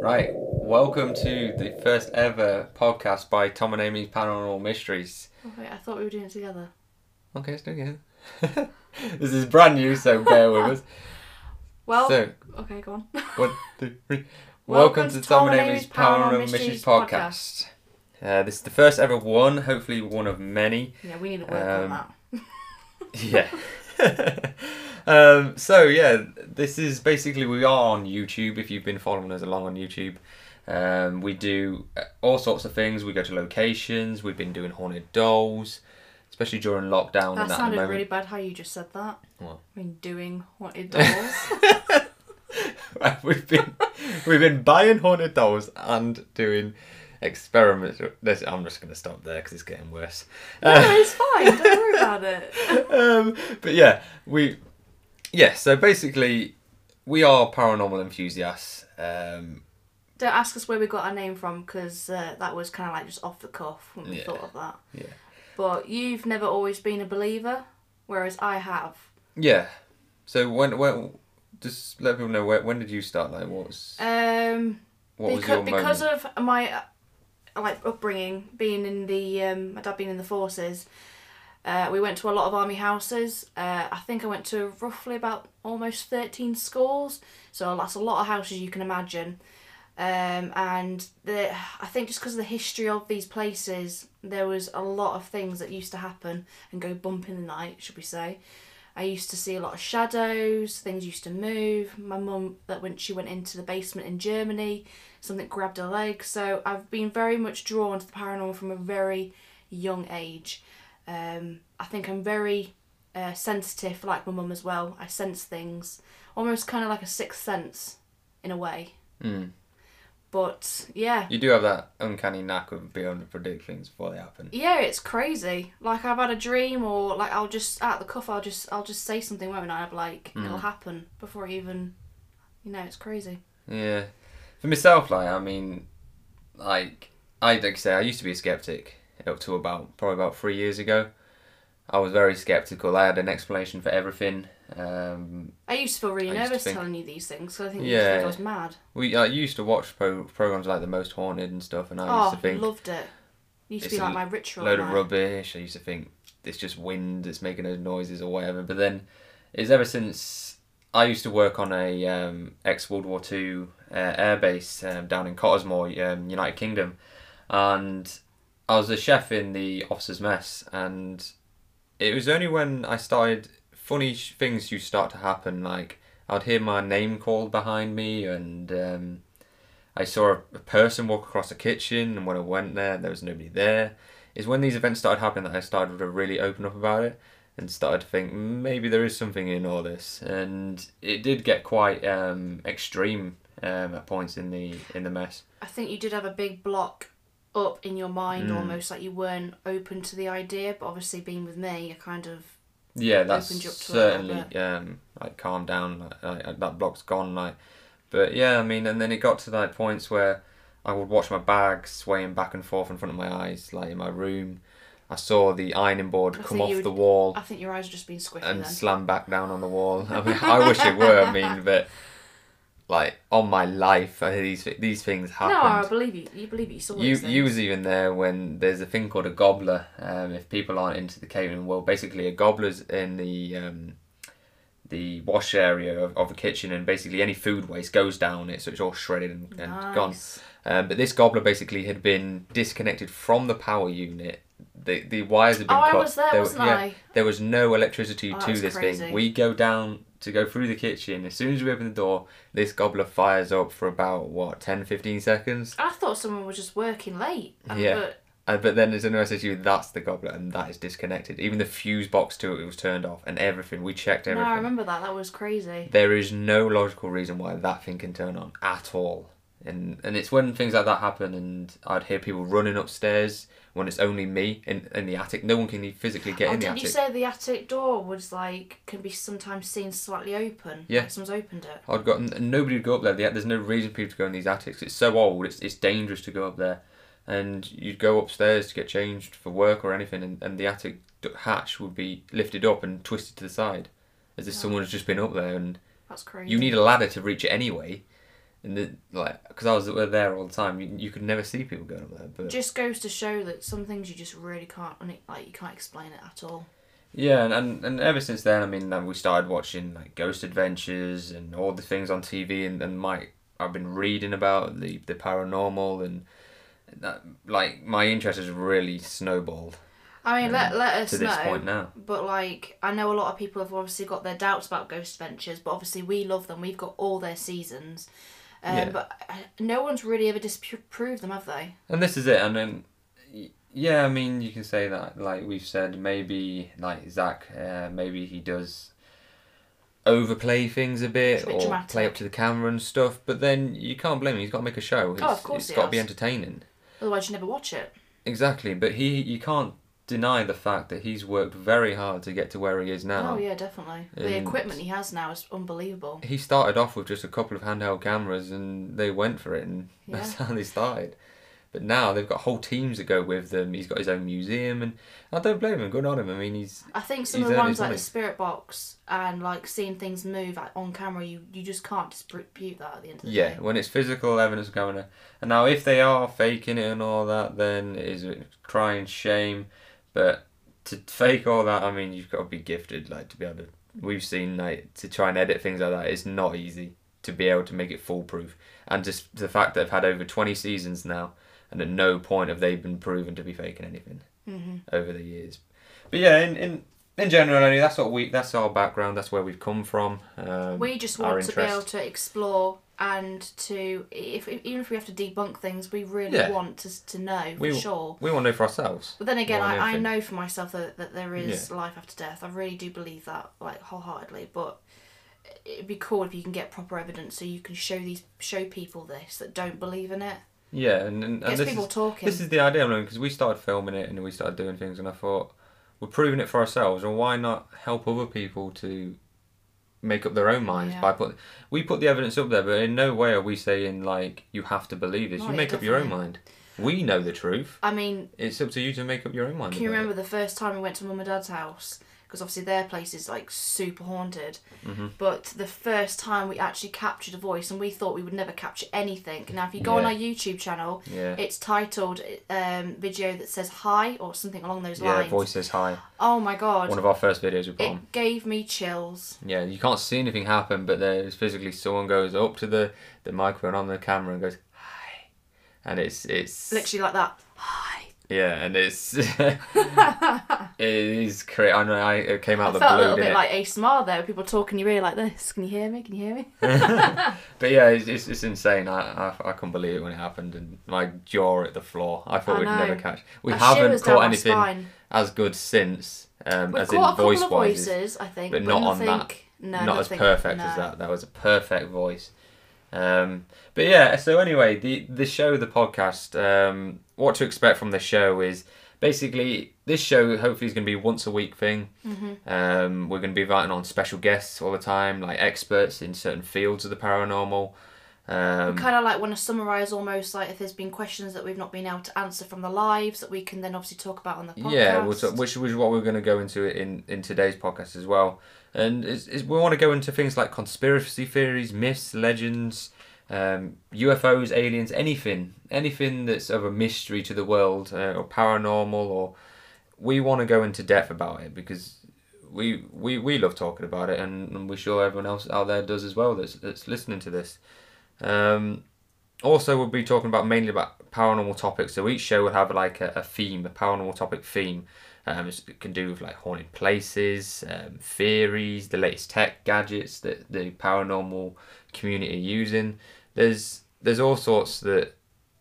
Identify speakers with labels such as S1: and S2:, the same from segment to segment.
S1: Right, welcome to the first ever podcast by Tom and Amy's Paranormal Mysteries.
S2: Oh, wait, I thought we were doing it together.
S1: Okay, let's do it again. this is brand new, so bear with us.
S2: Well,
S1: So,
S2: okay, go on.
S1: one, two, three.
S2: Welcome
S1: Welcome to
S2: to
S1: Tom and
S2: Tom and
S1: Amy's
S2: Amy's Paranormal
S1: Paranormal Mysteries
S2: Mysteries
S1: podcast. Uh, this is the first ever one, hopefully one of many.
S2: yeah, we need to work
S1: Um,
S2: on that.
S1: yeah. um, so yeah, this is basically we are on YouTube. If you've been following us along on YouTube, um, we do uh, all sorts of things. We go to locations. We've been doing haunted dolls, especially during lockdown. and
S2: That
S1: that at the
S2: sounded
S1: moment.
S2: really bad how you just said that.
S1: What?
S2: I mean, doing haunted dolls.
S1: we've been we've been buying haunted dolls and doing experiments. This- I'm just gonna stop there because it's getting worse.
S2: no, it's fine. Don't worry about it.
S1: um, but yeah, we yeah. So basically, we are paranormal enthusiasts. Um,
S2: Don't ask us where we got our name from because uh, that was kind of like just off the cuff when we
S1: Yeah.
S2: thought of that.
S1: Yeah.
S2: But you've never always been a believer, whereas I have.
S1: yeah. So when when just let people know when, when did you start? Like what was
S2: Um,
S1: what was your
S2: because because
S1: moment?
S2: of my uh, like upbringing, being in the um, my dad being in the forces, uh, we went to a lot of army houses. Uh, I think I went to roughly about almost thirteen schools, so that's a lot of houses you can imagine. Um, and the I think just because of the history of these places, there was a lot of things that used to happen and go bump in the night, should we say. I used to see a lot of shadows, things used to move. My mum, that when she went into the basement in Germany, something grabbed her leg. So I've been very much drawn to the paranormal from a very young age. Um, I think I'm very uh, sensitive, like my mum as well. I sense things, almost kind of like a sixth sense in a way.
S1: Mm.
S2: But yeah,
S1: You do have that uncanny knack of being able to predict things before they happen.
S2: yeah, it's crazy. Like I've had a dream, or like I'll just out of the cuff, I'll just I'll just say something, won't I? I'm like
S1: Mm.
S2: it'll happen before I even, you know, it's crazy.
S1: Yeah. For myself, like I mean, like I like I say, I used to be a skeptic up to about probably about three years ago. I was very skeptical. I had an explanation for everything. Um,
S2: I used to feel really
S1: I used to
S2: nervous
S1: think-
S2: telling you these things, so I think you used to think
S1: Yeah.
S2: I was mad.
S1: We I used to watch pro- programs like The Most Haunted and stuff, and I used
S2: Oh,
S1: to think
S2: loved it. Used to
S1: It's
S2: be
S1: a
S2: like my ritual.
S1: load of
S2: night.
S1: rubbish. I used to think it's just wind, it's making those noises or whatever. But then, it's ever since I used to work on a um, ex World War Two uh, airbase um, down in Cottesmore, um, United Kingdom, and I was a chef in the officers' mess, and it was only when I started funny sh- things you start to happen like. I'd hear my name called behind me, and um, I saw a, a person walk across the kitchen. And when I went there, there was nobody there. It's when these events started happening that I started to really open up about it and started to think "Mm, maybe there is something in all this. And it did get quite um, extreme um, at points in the in the mess.
S2: I think you did have a big block up in your mind,
S1: Mm.
S2: almost like you weren't open to the idea. But obviously, being with me, I kind of
S1: yeah that's
S2: opened you up to it a little
S1: certainly um like calmed down like, like that block's gone like but yeah i mean and then it got to like points where i would watch my bag swaying back and forth in front of my eyes like in my room i saw the ironing board
S2: I
S1: come
S2: think
S1: off
S2: you would-
S1: the wall
S2: I think your eyes were just being squiffy
S1: and
S2: then.
S1: slam back down on the wall i mean i wish it were i mean but like on my life I, these these things
S2: no, I
S1: happened
S2: believe you. You believe it, you saw
S1: you
S2: these things.
S1: you was even there when there's a thing called a gobbler. Um, if people aren't into the catering world, basically a gobbler's in the um, the wash area of, of a kitchen, and basically any food waste goes down it, so it's all shredded and, and gone.
S2: Nice.
S1: Um, but this gobbler basically had been disconnected from the power unit. The the wires had been
S2: Oh,
S1: cut.
S2: I was there,
S1: There were-
S2: wasn't
S1: yeah,
S2: I?
S1: There was no electricity
S2: Oh,
S1: to
S2: that's
S1: this
S2: crazy.
S1: thing. We go down to go through the kitchen. As soon as we open the door, this gobbler fires up for about what 10, 15 seconds.
S2: I thought someone was just working late. And,
S1: Yeah.
S2: But
S1: Uh, but then there's an SSU, that's the goblet, and that is disconnected. Even the fuse box to it was turned off, and everything. We checked
S2: no,
S1: everything.
S2: I remember that. That was crazy.
S1: There is no logical reason why that thing can turn on at all. And and it's when things like that happen, and I'd hear people running upstairs when it's only me in, in the attic. No one can physically get
S2: Oh,
S1: in the
S2: didn't
S1: attic.
S2: you say the attic door was like can be sometimes seen slightly open?
S1: Yeah.
S2: Like someone's opened it.
S1: I'd got and nobody would go up there. The- There's no reason for people to go in these attics. It's so old. It's it's dangerous to go up there, and you'd go upstairs to get changed for work or anything, and, and the attic d- hatch would be lifted up and twisted to the side, as if someone has just been up there, and
S2: That's crazy.
S1: you need a ladder to reach it anyway, and the, like because I was there all the time, you, you could never see people going up there. But
S2: Just goes to show that some things you just really can't un- like you can't explain it at all.
S1: yeah, and, and and ever since then, I mean, like, we started watching like Ghost Adventures and all the things on TV, and and my I've been reading about the the paranormal and. That, like my interest has really snowballed
S2: I mean, let let us
S1: to this
S2: know.
S1: point now.
S2: But like, I know a lot of people have obviously got their doubts about Ghost Adventures, but obviously we love them. We've got all their seasons, um,
S1: Yeah.
S2: but uh, no one's really ever disproved them, have they?
S1: And this is it. And then, y- yeah, I mean, you can say that, like we've said, maybe like Zach, uh, maybe he does overplay things a
S2: It's
S1: bit
S2: a bit
S1: or
S2: dramatic.
S1: play up to the camera and stuff. But then you can't blame him. He's got to make a show. It's,
S2: Oh, of course
S1: it's
S2: he
S1: got to be
S2: has.
S1: entertaining.
S2: Otherwise, you never watch it.
S1: Exactly. But he, you can't deny the fact that he's worked very hard to get to where he is now.
S2: Oh yeah, definitely. The
S1: And-
S2: equipment he has now is unbelievable.
S1: He started off with just a couple of handheld cameras, and they went for it, and that's how they started. But now they've got whole teams that go with them. He's got his own museum, and I don't blame him. Good on him. I mean, he's
S2: I think some
S1: He's
S2: of the
S1: earned
S2: ones
S1: his
S2: like
S1: money.
S2: the spirit box and like seeing things move like, on camera, you you just can't dispute that at the end of the
S1: yeah.
S2: day.
S1: When it's physical evidence coming, in. and now if they are faking it and all that, then it is a crying shame. But to fake all that, I mean, you've got to be gifted, like to be able to. We've seen like to try and edit things like that. It's not easy to be able to make it foolproof, and just the fact that they've had over twenty seasons now, and at no point have they been proven to be faking anything.
S2: Mm-hmm.
S1: over the years. But yeah, in in, in general, anyway, that's what we that's our background. That's where we've come from. Um,
S2: we just
S1: our
S2: want to be
S1: interest.
S2: able to explore and to if even if we have to debunk things, we really
S1: Yeah.
S2: want to to know for
S1: We-
S2: sure.
S1: we want to know for ourselves.
S2: But then again,
S1: More than
S2: I, I
S1: anything.
S2: know for myself that, that there is life after death. I really do believe that, like wholeheartedly. But it'd be cool if you can get proper evidence so you can show these show people this that don't believe in it.
S1: Yeah, and and, and
S2: Gets
S1: this
S2: people
S1: is
S2: talking.
S1: this is the idea, I mean, because we started filming it and we started doing things, and I thought we're proving it for ourselves, and why not help other people to make up their own minds
S2: Yeah.
S1: by put we put the evidence up there, but in no way are we saying like you have to believe this.
S2: No,
S1: you
S2: yeah,
S1: make up your own
S2: definitely.
S1: mind. We know the truth.
S2: I mean,
S1: It's up to you to make up your own mind.
S2: Can you
S1: about it.
S2: remember the first time we went to mum and dad's house? Because obviously their place is like super haunted.
S1: Mm-hmm.
S2: But the first time we actually captured a voice, and we thought we would never capture anything. Now, if you go on
S1: Yeah.
S2: our YouTube channel,
S1: Yeah.
S2: it's titled um, video that says hi or something along those
S1: Yeah,
S2: lines.
S1: voices high.
S2: Oh my god.
S1: One of our first videos we put on.
S2: it gave me chills.
S1: Yeah, you can't see anything happen, but there's physically someone goes up to the, the microphone on the camera and goes, "Hi," and it's it's
S2: Literally like that. Hi.
S1: yeah, and it's it is crazy. I know I, it came out
S2: I
S1: the
S2: felt a
S1: blue,
S2: little
S1: didn't
S2: bit
S1: it?
S2: like ASMR there, with people talking in your ear like this. Can you hear me? Can you hear me?
S1: But yeah, it's, it's, it's insane. I, I I couldn't believe it when it happened, and my jaw hit the floor. I thought
S2: I
S1: we'd never
S2: know.
S1: catch. We
S2: A
S1: haven't
S2: shivers down
S1: caught
S2: my
S1: anything
S2: spine.
S1: as good since, um,
S2: We've
S1: as
S2: caught
S1: in
S2: a couple
S1: voice
S2: of
S1: wise.
S2: voices, I think,
S1: but not on
S2: nothing,
S1: that.
S2: No,
S1: not as
S2: nothing-
S1: perfect as
S2: no.
S1: that. That was a perfect voice. Um, but yeah, so anyway, the the show, the podcast, um, what to expect from the show is basically this show. Hopefully, is going to be a once a week thing.
S2: Mm-hmm.
S1: Um, we're going to be inviting on special guests all the time, like experts in certain fields of the paranormal. Um,
S2: kind of like want to summarize almost like if there's been questions that we've not been able to answer from the lives that we can then obviously talk about on the podcast.
S1: Yeah, we'll talk, which which is what we're going to go into in in today's podcast as well, and it's, it's, we want to go into things like conspiracy theories, myths, legends, um, UFOs, aliens, anything, anything that's of a mystery to the world uh, or paranormal, or we want to go into depth about it because we we, we love talking about it, and, and we're sure everyone else out there does as well that's that's listening to this. Um, also we'll be talking about mainly about paranormal topics so each show will have like a, a theme a paranormal topic theme um, it's- it can do with like haunted places um, theories the latest tech gadgets that the paranormal community are using there's there's all sorts that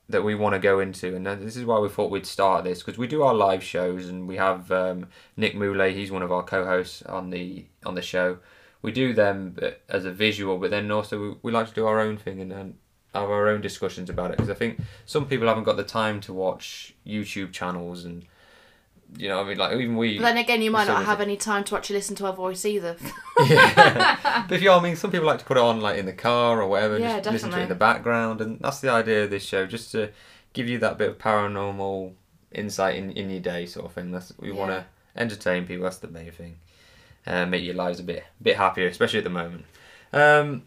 S1: that we want to go into and this is why we thought we'd start this because we do our live shows and we have um, nick Moulay, he's one of our co-hosts on the on the show we do them but- as a visual but then also we, we like to do our own thing and, and have our own discussions about it because I think some people haven't got the time to watch YouTube channels and you know I mean like even we
S2: But then again, you might
S1: So
S2: not
S1: is
S2: have
S1: it-
S2: any time to actually listen to our voice either.
S1: Yeah. but if you know what I mean some people like to put it on like in the car or whatever
S2: Yeah,
S1: just listen to it in
S2: definitely.
S1: the background and that's the idea of this show just to give you that bit of paranormal insight in, in your day sort of thing that's we want to entertain people that's the main thing uh, make your lives a bit bit happier especially at the moment um,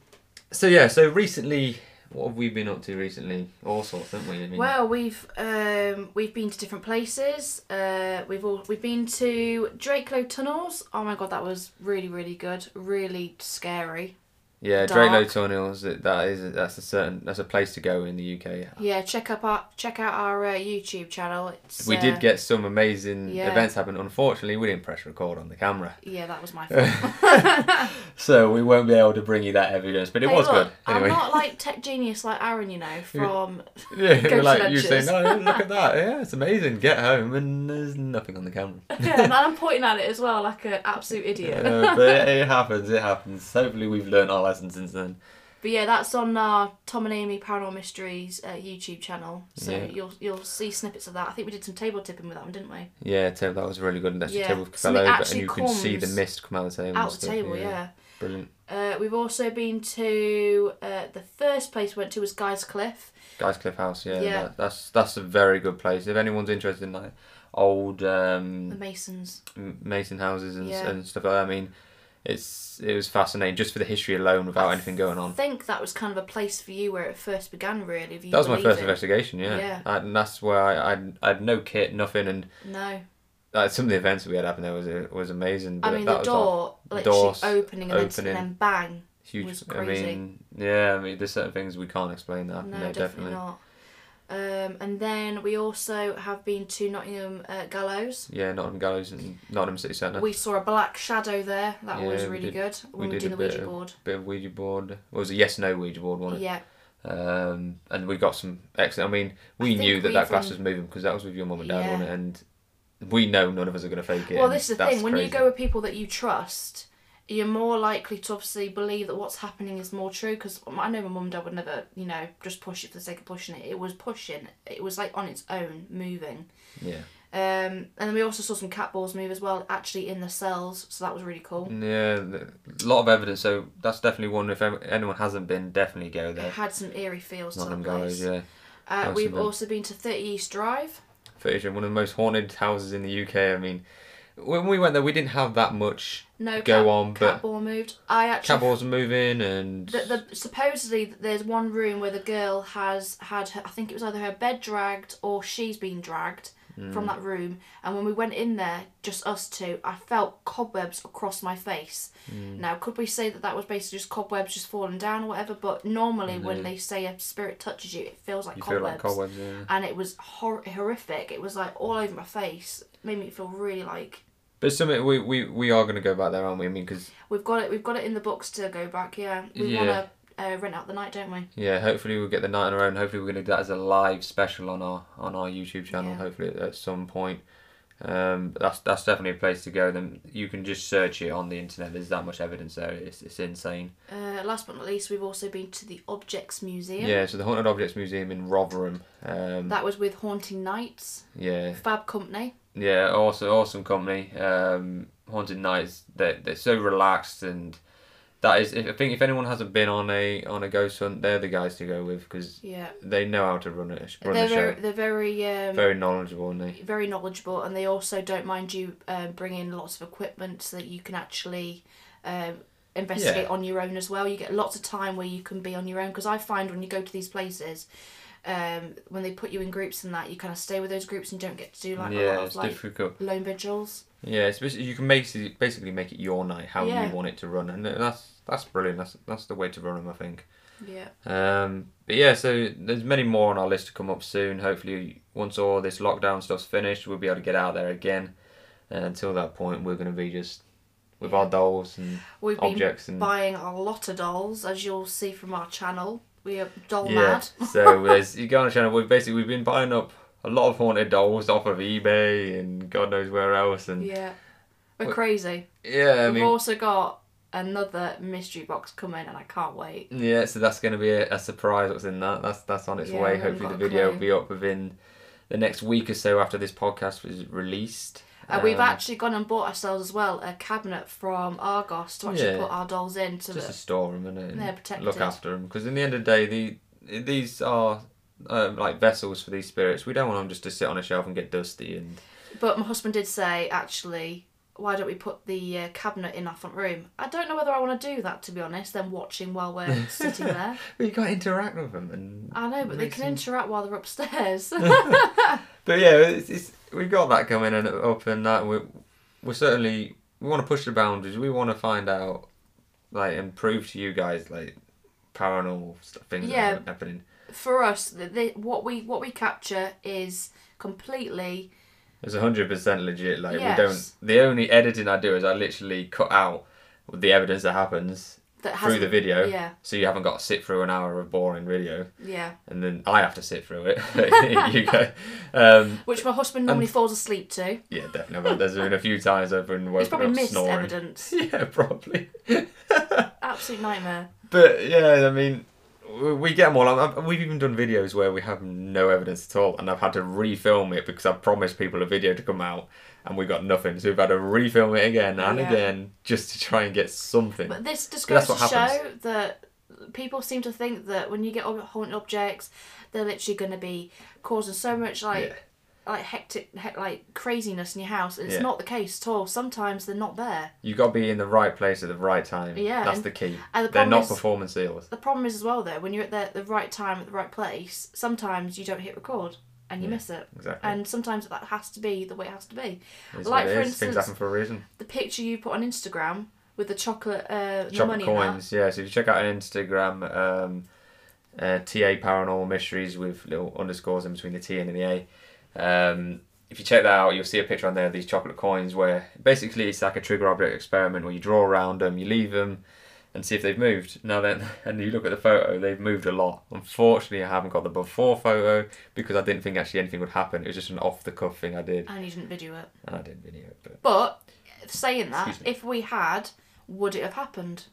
S1: so yeah so recently what have we been up to recently? All sorts, haven't we? I mean,
S2: Well, we've um, we've been to different places. Uh, we've all we've been to Drakelow tunnels. Oh my god, that was really really good. Really scary.
S1: yeah, Draylow
S2: dark.
S1: Tunnels. That that is that's a certain that's a place to go in the UK.
S2: Yeah, check up our check out our uh, YouTube channel. It's
S1: We
S2: uh,
S1: did get some amazing
S2: yeah.
S1: events happen. Unfortunately, we didn't press record on the camera,
S2: Yeah, that was my fault.
S1: so we won't be able to bring you that evidence. But it
S2: Hey,
S1: was
S2: look,
S1: good anyway.
S2: I'm not like tech genius like Aaron, you know, from
S1: Yeah,
S2: Ghost
S1: like you say, no,
S2: Adventures.
S1: look at that. Yeah, it's amazing. Get home and there's nothing on the camera.
S2: yeah, and I'm pointing at it as well like an absolute idiot.
S1: Uh, but it, it happens. It happens. Hopefully, we've learned our lesson since then.
S2: But yeah, that's on our Tom and Amy Paranormal Mysteries uh, YouTube channel. So
S1: Yeah.
S2: you'll you'll see snippets of that. I think we did some table tipping with that one, didn't we?
S1: Yeah, Tim, that was really good. And that's
S2: Yeah,
S1: your table fell
S2: something
S1: over, and
S2: actually
S1: you could see the
S2: comes
S1: mist come out of the table. and
S2: Out the
S1: stuff,
S2: table, yeah.
S1: Brilliant.
S2: Uh, we've also been to uh, the first place we went to was Guy's Cliff.
S1: Guys Cliff House, yeah,
S2: Yeah.
S1: That, that's that's a very good place. If anyone's interested in like old
S2: The
S1: um,
S2: Masons.
S1: m- mason houses and, s
S2: Yeah.
S1: and stuff like that, I mean, it's it was fascinating just for the history alone without anything going
S2: I
S1: on.
S2: think that was kind of a place for you where it first began, really. If you
S1: That was my
S2: believe
S1: first
S2: it.
S1: investigation, yeah.
S2: Yeah.
S1: And that's where I, I, I had no kit, nothing, and
S2: No,
S1: like some of the events that we had happen there was uh, was amazing. But
S2: I mean
S1: that
S2: the
S1: was like,
S2: door literally
S1: doors
S2: opening and, Then,
S1: opening.
S2: and then bang.
S1: huge.
S2: was
S1: I
S2: crazy.
S1: mean, yeah, I mean, there's certain things we can't explain that
S2: No,
S1: happened there,
S2: definitely,
S1: Ah, definitely.
S2: not. Um, and then we also have been to Nottingham uh, Gallows.
S1: Yeah, Nottingham Gallows and Nottingham City Centre.
S2: We saw a black shadow there. That
S1: Yeah,
S2: was
S1: we
S2: really
S1: did-
S2: good when
S1: we
S2: we
S1: did
S2: were doing
S1: a
S2: the
S1: bit
S2: Ouija
S1: of-
S2: board.
S1: Bit of Ouija board. What was it yes no Ouija board one?
S2: Yeah,
S1: Um, and we got some excellent. I mean, we
S2: think
S1: knew that
S2: we
S1: that glass was
S2: even-
S1: moving because that was with your mum and dad,
S2: Yeah.
S1: wasn't it? And we know none of us are gonna fake it.
S2: Well,
S1: and
S2: this is the
S1: that's
S2: thing. When you
S1: crazy.
S2: go with people that you trust, you're more likely to obviously believe that what's happening is more true. Because I know my mum and dad would never, you know, just push it for the sake of pushing it. It was pushing. It was like on its own, moving.
S1: Yeah.
S2: Um, and then we also saw some cat balls move as well, actually in the cells. So that was really cool.
S1: Yeah, th- a lot of evidence. So that's definitely one. If ev- anyone hasn't been, definitely go
S2: It
S1: there.
S2: had some eerie feels to that
S1: Nottingham
S2: place.
S1: Gallows, yeah.
S2: uh,
S1: Nice
S2: we've
S1: event.
S2: also been to Thirty East Drive.
S1: footage and one of the most haunted houses in the UK. I mean, when we went there, we didn't have that much
S2: No
S1: go
S2: cat,
S1: on,
S2: cat
S1: but
S2: ball moved. I actually
S1: cat balls were moving and
S2: The, the supposedly there's one room where the girl has had her, I think it was either her bed dragged or she's been dragged
S1: Hmm.
S2: from that room. And when we went in there, just us two, I felt cobwebs across my face.
S1: Hmm.
S2: Now, could we say that that was basically just cobwebs just falling down or whatever? But normally, when they say a spirit touches you, it feels like
S1: you feel
S2: cobwebs.
S1: like cobwebs. Yeah.
S2: And it was hor- horrific. It was like all over my face. It made me feel really like
S1: But something we, we we are gonna go back there, aren't we? I mean, because
S2: we've got it. We've got it in the books to go back. Yeah, we
S1: Yeah.
S2: want to uh, rent out the night, don't we?
S1: yeah, hopefully we'll get the night on our own. Hopefully we're gonna do that as a live special on our on our YouTube channel.
S2: Yeah.
S1: Hopefully at, at some point. Um, that's that's definitely a place to go. Then you can just search it on the internet. There's that much evidence there. It's it's insane.
S2: Uh, last but not least, we've also been to the Objects Museum.
S1: Yeah. so the Haunted Objects Museum in Rotherham. Um,
S2: That was with Haunting Nights,
S1: yeah.
S2: Fab Company.
S1: Yeah, also awesome company. Um, Haunted Nights. They they're so relaxed and that is. If, I think if anyone hasn't been on a on a ghost hunt, they're the guys to go with because
S2: Yeah.
S1: they know how to run it. Run
S2: they're
S1: the
S2: very,
S1: show.
S2: they're very, um, very
S1: Very knowledgeable, aren't they?
S2: knowledgeable, and they also don't mind you um, bringing lots of equipment so that you can actually um, investigate
S1: Yeah.
S2: on your own as well. You get lots of time where you can be on your own because I find when you go to these places. Um, when they put you in groups and that, you kind of stay with those groups and don't get to do like a
S1: yeah,
S2: lot
S1: it's
S2: of like
S1: difficult.
S2: lone vigils.
S1: Yeah, it's basically, you can basically basically make it your night how
S2: Yeah.
S1: you want it to run, and that's that's brilliant. That's that's the way to run them, I think.
S2: Yeah,
S1: Um, but yeah, so there's many more on our list to come up soon. Hopefully, once all this lockdown stuff's finished, we'll be able to get out there again. And until that point, we're going to be just with our dolls and
S2: we've been
S1: objects and
S2: buying a lot of dolls, as you'll see from our channel. We are doll
S1: yeah.
S2: mad.
S1: so there's you go on the channel. We've basically we've been buying up a lot of haunted dolls off of eBay and God knows where else. And yeah,
S2: Yeah, we're
S1: Wh-
S2: crazy.
S1: I mean.
S2: We've also got another mystery box coming, and I can't wait.
S1: Yeah, so that's going to be a, a surprise. What's in that? That's that's on its
S2: Yeah,
S1: way.
S2: we haven't
S1: Hopefully, the
S2: got a
S1: video will
S2: clue.
S1: be up within the next week or so after this podcast was released.
S2: And Uh, we've
S1: Um,
S2: actually gone and bought ourselves as well a cabinet from Argos to actually
S1: Yeah.
S2: put our dolls in, so
S1: just to
S2: that
S1: store them and,
S2: they're
S1: uh,
S2: protected.
S1: look after them because in the end of the day the these are um, like vessels for these spirits we don't want them just to sit on a shelf and get dusty and
S2: But my husband did say actually why don't we put the uh, cabinet in our front room? I don't know whether I want to do that to be honest. Then watching while we're sitting there.
S1: But you can't interact with them, and
S2: I know, but they
S1: Makes
S2: can
S1: sense.
S2: interact while they're upstairs.
S1: but yeah, it's, it's we've got that coming and up and that we we certainly we want to push the boundaries. We want to find out like and prove to you guys like paranormal stuff, things
S2: Yeah.
S1: that are happening.
S2: For us, the, the, what we what we capture is completely
S1: It's hundred percent legit. Like we don't.
S2: Yes.
S1: The only editing I do is I literally cut out the evidence that happens
S2: that has
S1: through the video.
S2: Yeah,
S1: So you haven't got to sit through an hour of boring video,
S2: yeah.
S1: and then I have to sit through it. you go. Um,
S2: Which my husband normally falls asleep to.
S1: yeah, definitely. But there's been a few times I've been
S2: It's
S1: woken
S2: probably
S1: up
S2: missed
S1: snoring.
S2: evidence.
S1: Yeah, probably.
S2: Absolute nightmare.
S1: But yeah, I mean, we- we get them all. I've, I've- we've even done videos where we have no evidence at all, and I've had to refilm it because I promised people a video to come out, and we got nothing. So we've had to refilm it again and
S2: Yeah.
S1: again just to try and get something.
S2: But this just
S1: But that's
S2: goes to
S1: what
S2: show
S1: happens.
S2: that people seem to think that when you get ob- haunted objects, they're literally going to be causing so much like like hectic he- like craziness in your house. It's
S1: Yeah.
S2: not the case at all. Sometimes they're not there.
S1: You got to be in the right place at the right time.
S2: Yeah,
S1: that's
S2: and-
S1: the key.
S2: and the
S1: They're
S2: problem
S1: not
S2: is-
S1: performance seals.
S2: The problem is as well though when you're at the, the right time at the right place. Sometimes you don't hit record and you
S1: Yeah,
S2: miss it.
S1: Exactly.
S2: And sometimes that has to be the way it has to be.
S1: It is
S2: like,
S1: what it
S2: for
S1: is. things
S2: instance-
S1: happen for a reason.
S2: The picture you put on Instagram with the chocolate, uh, the
S1: Chocolate
S2: money in that.
S1: coins. Yeah. So if you check out on Instagram, um, uh, TA Paranormal Mysteries with little underscores in between the T and the A. Um, if you check that out, you'll see a picture on there of these chocolate coins where basically it's like a trigger object experiment where you draw around them, you leave them, and see if they've moved. Now then, and you look at the photo, they've moved a lot. Unfortunately, I haven't got the before photo because I didn't think actually anything would happen. It was just an off the cuff thing I did,
S2: And you didn't video it.
S1: and I didn't video it. But
S2: But saying that,
S1: Excuse me.
S2: if we had, would it have happened?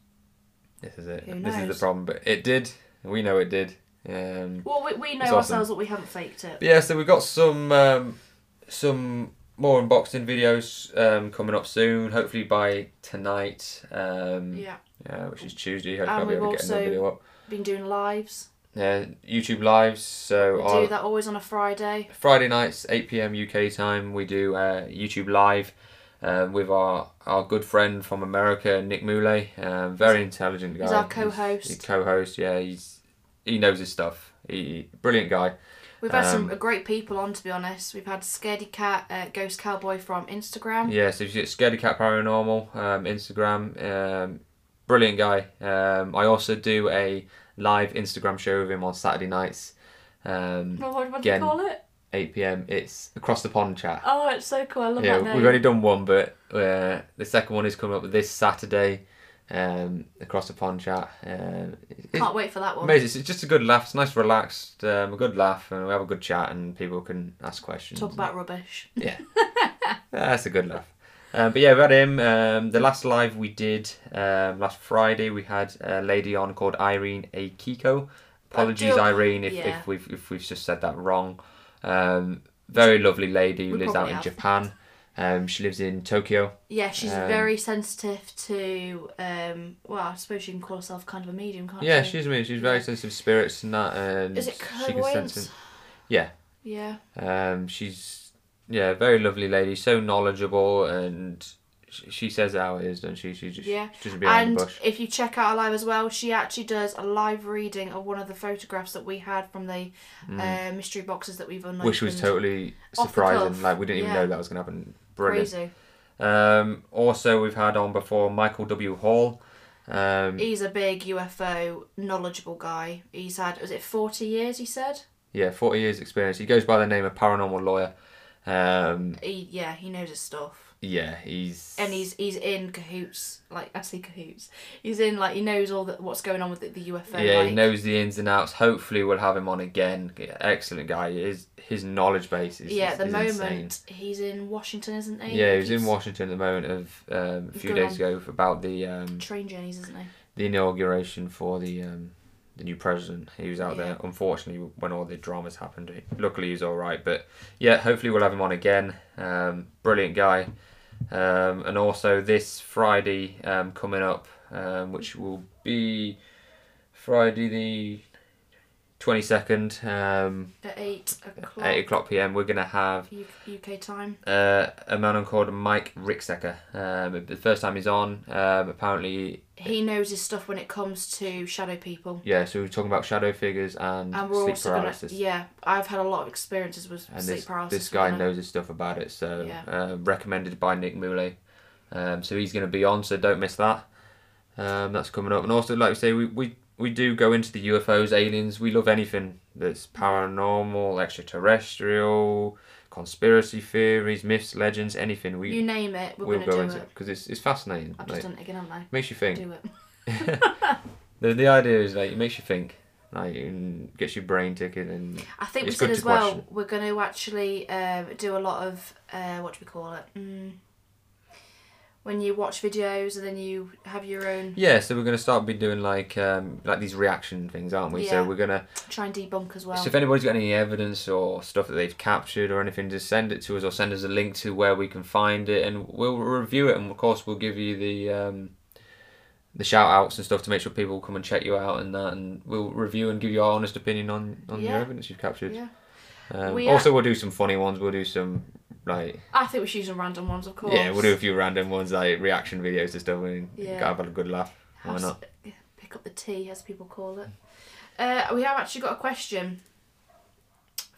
S1: this is it.
S2: Who
S1: This is the
S2: knows?
S1: problem. But it did. We know it did. Um,
S2: Well, we, we know
S1: It's awesome.
S2: ourselves that we haven't faked it.
S1: But yeah, so we've got some um, some more unboxing videos um, coming up soon. Hopefully by tonight, um,
S2: Yeah,
S1: yeah, which is Tuesday. Hopefully I'll
S2: And
S1: be able to
S2: we've
S1: get another
S2: also-
S1: video up.
S2: been doing lives.
S1: Yeah, YouTube lives. So
S2: We
S1: our-
S2: do that always on a Friday.
S1: Friday nights, eight pm UK time, we do uh, YouTube live. Um, with our, our good friend from America, Nick Moulet, um, very intelligent guy.
S2: he's our co-host.
S1: He's- he's co-host, yeah, he's he knows his stuff. He brilliant guy.
S2: We've had
S1: Um,
S2: some great people on, to be honest. We've had Scaredy Cat, uh, Ghost Cowboy from Instagram.
S1: Yeah, so if you get Scaredy Cat Paranormal, um, Instagram, um, brilliant guy. Um, I also do a live Instagram show with him on Saturday nights, um,
S2: Oh, what what do
S1: Again.
S2: you call it?
S1: 8 pm. It's Across the Pond Chat.
S2: Oh, it's so cool. I love
S1: yeah,
S2: that name.
S1: we've only done one, but uh, the second one is coming up this Saturday, um, Across the Pond Chat. Um, it's
S2: Can't wait for that one.
S1: amazing. It's just a good laugh. It's nice, relaxed, um, a good laugh, and we have a good chat, and people can ask questions.
S2: Talk about rubbish.
S1: Yeah. Yeah, that's a good laugh. Um, but yeah, we had him. Um, the last live we did um, last Friday, we had a lady on called Irene Akiko. Apologies,
S2: do-
S1: Irene, if,
S2: yeah.
S1: if we've if we've just said that wrong. Um, very lovely lady who
S2: We
S1: lives out
S2: probably
S1: in
S2: have.
S1: Japan. Um, she lives in Tokyo.
S2: Yeah, she's
S1: Um,
S2: very sensitive to. Um, well, I suppose you can call herself kind of a medium, can't
S1: Yeah,
S2: she?
S1: she's amazing. She's very sensitive to spirits and that, and
S2: Is it
S1: she can sense
S2: clairvoyance?
S1: them. Yeah,
S2: Yeah.
S1: Um, she's yeah, a very lovely lady, so knowledgeable, and she, she says it how it is, doesn't she? She just
S2: Yeah.
S1: she doesn't beat around
S2: and
S1: the bush.
S2: if you check out our live as well, she actually does a live reading of one of the photographs that we had from the uh, mystery boxes that we've unopened.
S1: Which Hmm. was totally
S2: Off the
S1: surprising.
S2: cuff,
S1: Like we didn't even
S2: yeah.
S1: know that was gonna happen. Brilliant.
S2: crazy.
S1: Um, also, we've had on before Michael W. Hall. Um,
S2: He's a big UFO knowledgeable guy. He's had was it forty years? He said.
S1: yeah, forty years experience. He goes by the name of paranormal lawyer. Um,
S2: He yeah, he knows his stuff,
S1: yeah, he's
S2: and he's he's in cahoots. Like I say, cahoots. He's in like he knows all that what's going on with the, the UFO.
S1: yeah,
S2: like,
S1: he knows the ins and outs. Hopefully, we'll have him on again. Excellent guy. His his knowledge base is
S2: yeah, at the
S1: is
S2: moment
S1: insane.
S2: he's in Washington, isn't he?
S1: Yeah, he was in
S2: Keeps
S1: Washington at the moment of um, a few
S2: Go
S1: days
S2: on.
S1: ago about the um,
S2: Train journeys, isn't he?
S1: the inauguration for the um, the new president. He was out there.
S2: Yeah.
S1: Unfortunately, when all the dramas happened, he- luckily he's all right. But yeah, hopefully we'll have him on again. Um, brilliant guy. Um, and also this Friday um, coming up, um, which will be Friday the twenty second, um,
S2: at eight o'clock
S1: eight o'clock p.m. We're gonna have
S2: U- UK time.
S1: uh, a man on called Mike Ricksecker. Um, the first time he's on, um, apparently,
S2: He knows his stuff when it comes to shadow people.
S1: yeah. So we're talking about shadow figures and,
S2: And we're
S1: sleep
S2: also
S1: paralysis.
S2: gonna yeah. I've had a lot of experiences with
S1: and
S2: sleep
S1: this,
S2: paralysis.
S1: this guy
S2: We're gonna-
S1: knows his stuff about it. So
S2: Yeah.
S1: uh, recommended by Nick Moulet. Um, so he's going to be on. So don't miss that. Um, that's coming up. And also, like you say, we, we we do go into the UFOs, aliens. We love anything that's paranormal, extraterrestrial, conspiracy theories, myths, legends, anything. We
S2: You name it, we're
S1: we'll
S2: gonna
S1: go
S2: do
S1: into
S2: it.
S1: because it's it's fascinating.
S2: I've
S1: like,
S2: just done it again, haven't I?
S1: makes you think.
S2: Do it.
S1: The, the idea is like it makes you think, like and gets your brain ticking, and
S2: I think
S1: It's
S2: we said
S1: good to
S2: as well
S1: question.
S2: we're going to actually um, do a lot of uh, what do we call it? Mm, when you watch videos and then you have your own
S1: yeah. So we're gonna start be doing like um like these reaction things, aren't we? So
S2: Yeah.
S1: we're gonna.
S2: try and debunk as well.
S1: So if anybody's got any evidence or stuff that they've captured or anything, just send it to us or send us a link to where we can find it, and we'll review it, and of course we'll give you the um the shout outs and stuff to make sure people come and check you out and that, and we'll review and give you our honest opinion on on
S2: Yeah.
S1: your evidence you've captured.
S2: yeah,
S1: Um,
S2: We
S1: also, we'll do some funny ones. We'll do some like
S2: I think we should use some random ones, of course.
S1: Yeah, we'll do a few random ones like reaction videos and stuff. and
S2: Yeah.
S1: gotta have a good laugh. Why
S2: Have s-
S1: not?
S2: yeah, Pick up the tea, as people call it. Uh, we have actually got a question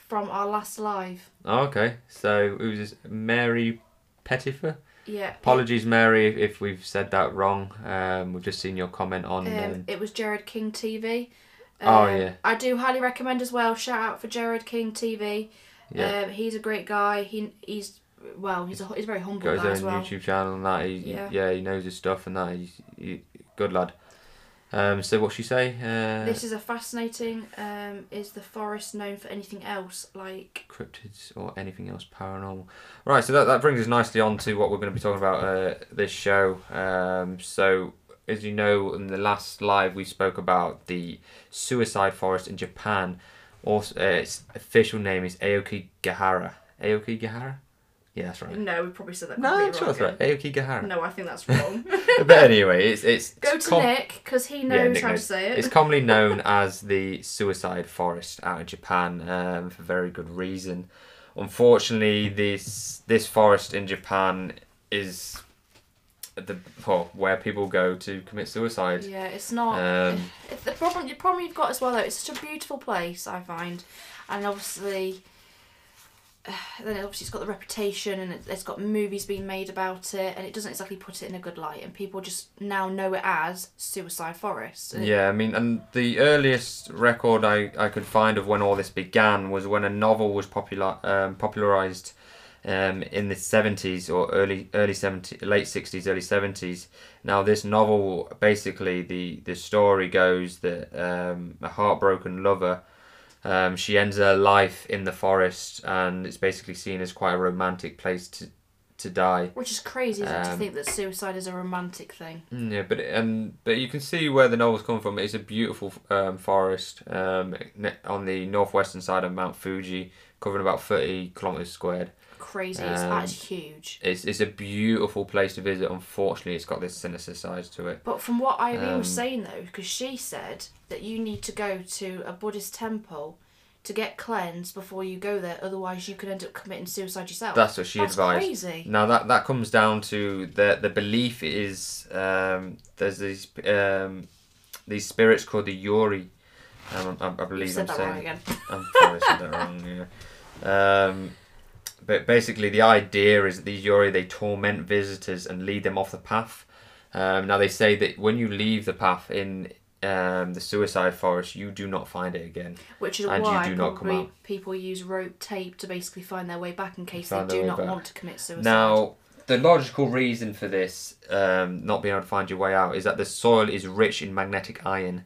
S2: from our last live.
S1: Oh, okay, so it was this Mary Pettifer.
S2: Yeah.
S1: Apologies, Mary, if- if we've said that wrong. Um, we've just seen your comment on.
S2: Um,
S1: Um,
S2: it was Jared King TV.
S1: Oh,
S2: Um,
S1: yeah.
S2: I do highly recommend as well. Shout out for Jared King TV.
S1: yeah,
S2: Um, he's a great guy. He he's well, he's a he's a very humble
S1: got his
S2: guy
S1: own
S2: as well.
S1: YouTube channel and that. He, he-
S2: Yeah.
S1: yeah. he knows his stuff and that. He's he, good lad. Um, so what she say? Uh,
S2: This is a fascinating. Um, is the forest known for anything else? Like
S1: cryptids or anything else paranormal. Right, so that, that brings us nicely on to what we're going to be talking about uh, this show. Um, so, as you know, in the last live, we spoke about the suicide forest in Japan. Also, uh, its official name is Aokigahara. Aokigahara? Yeah, that's right.
S2: no, we probably said that.
S1: No,
S2: completely
S1: I'm sure that's
S2: wrong.
S1: right. Aokigahara.
S2: No, I think that's wrong.
S1: but anyway, it's it's
S2: Go
S1: it's
S2: to
S1: com-
S2: Nick because he
S1: Yeah,
S2: knows
S1: Nick
S2: how to
S1: knows.
S2: say it.
S1: It's commonly known as the suicide forest out of Japan um, for very good reason. Unfortunately, this this forest in Japan is the well, where people go to commit suicide.
S2: Yeah, it's not.
S1: Um,
S2: It's the problem, the problem you've got as well, though, it's such a beautiful place, I find, and obviously, then obviously it's got the reputation, and it's, it's got movies being made about it, and it doesn't exactly put it in a good light, and people just now know it as Suicide Forest. and it-
S1: Yeah, I mean, and the earliest record I, I could find of when all this began was when a novel was popular um, popularized um, in the seventies or early early seventy late sixties early seventies. Now this novel basically the the story goes that um, a heartbroken lover. Um, she ends her life in the forest, and it's basically seen as quite a romantic place to to die.
S2: Which is crazy isn't it, to
S1: Um,
S2: think that suicide is a romantic thing.
S1: Mm, Yeah, but um, but you can see where the novel's come from. It's a beautiful um, forest um, ne- on the northwestern side of Mount Fuji, covering about thirty kilometers squared.
S2: Crazy, it's,
S1: Um,
S2: it's huge.
S1: It's it's a beautiful place to visit. Unfortunately, it's got this sinister side to it.
S2: But from what Irene was
S1: Um,
S2: saying though, because she said that you need to go to a Buddhist temple to get cleansed before you go there, otherwise you could end up committing suicide yourself.
S1: That's what she
S2: That's
S1: advised.
S2: crazy.
S1: Now that that comes down to the the belief is um, there's these um, these spirits called the Yuri. Um, I, I
S2: You
S1: believe
S2: said
S1: I'm
S2: that
S1: saying
S2: wrong again.
S1: I'm probably said that wrong. Yeah. Um, but basically, the idea is that these Yuri they torment visitors and lead them off the path. Um, now they say that when you leave the path in um, the suicide forest, you do not find it again.
S2: Which is
S1: And you
S2: why
S1: do not come
S2: probably
S1: out.
S2: people use rope tape to basically find their way back in case they
S1: Find their
S2: do
S1: way
S2: not
S1: back.
S2: want to commit suicide.
S1: Now, the logical reason for this um, not being able to find your way out is that the soil is rich in magnetic iron,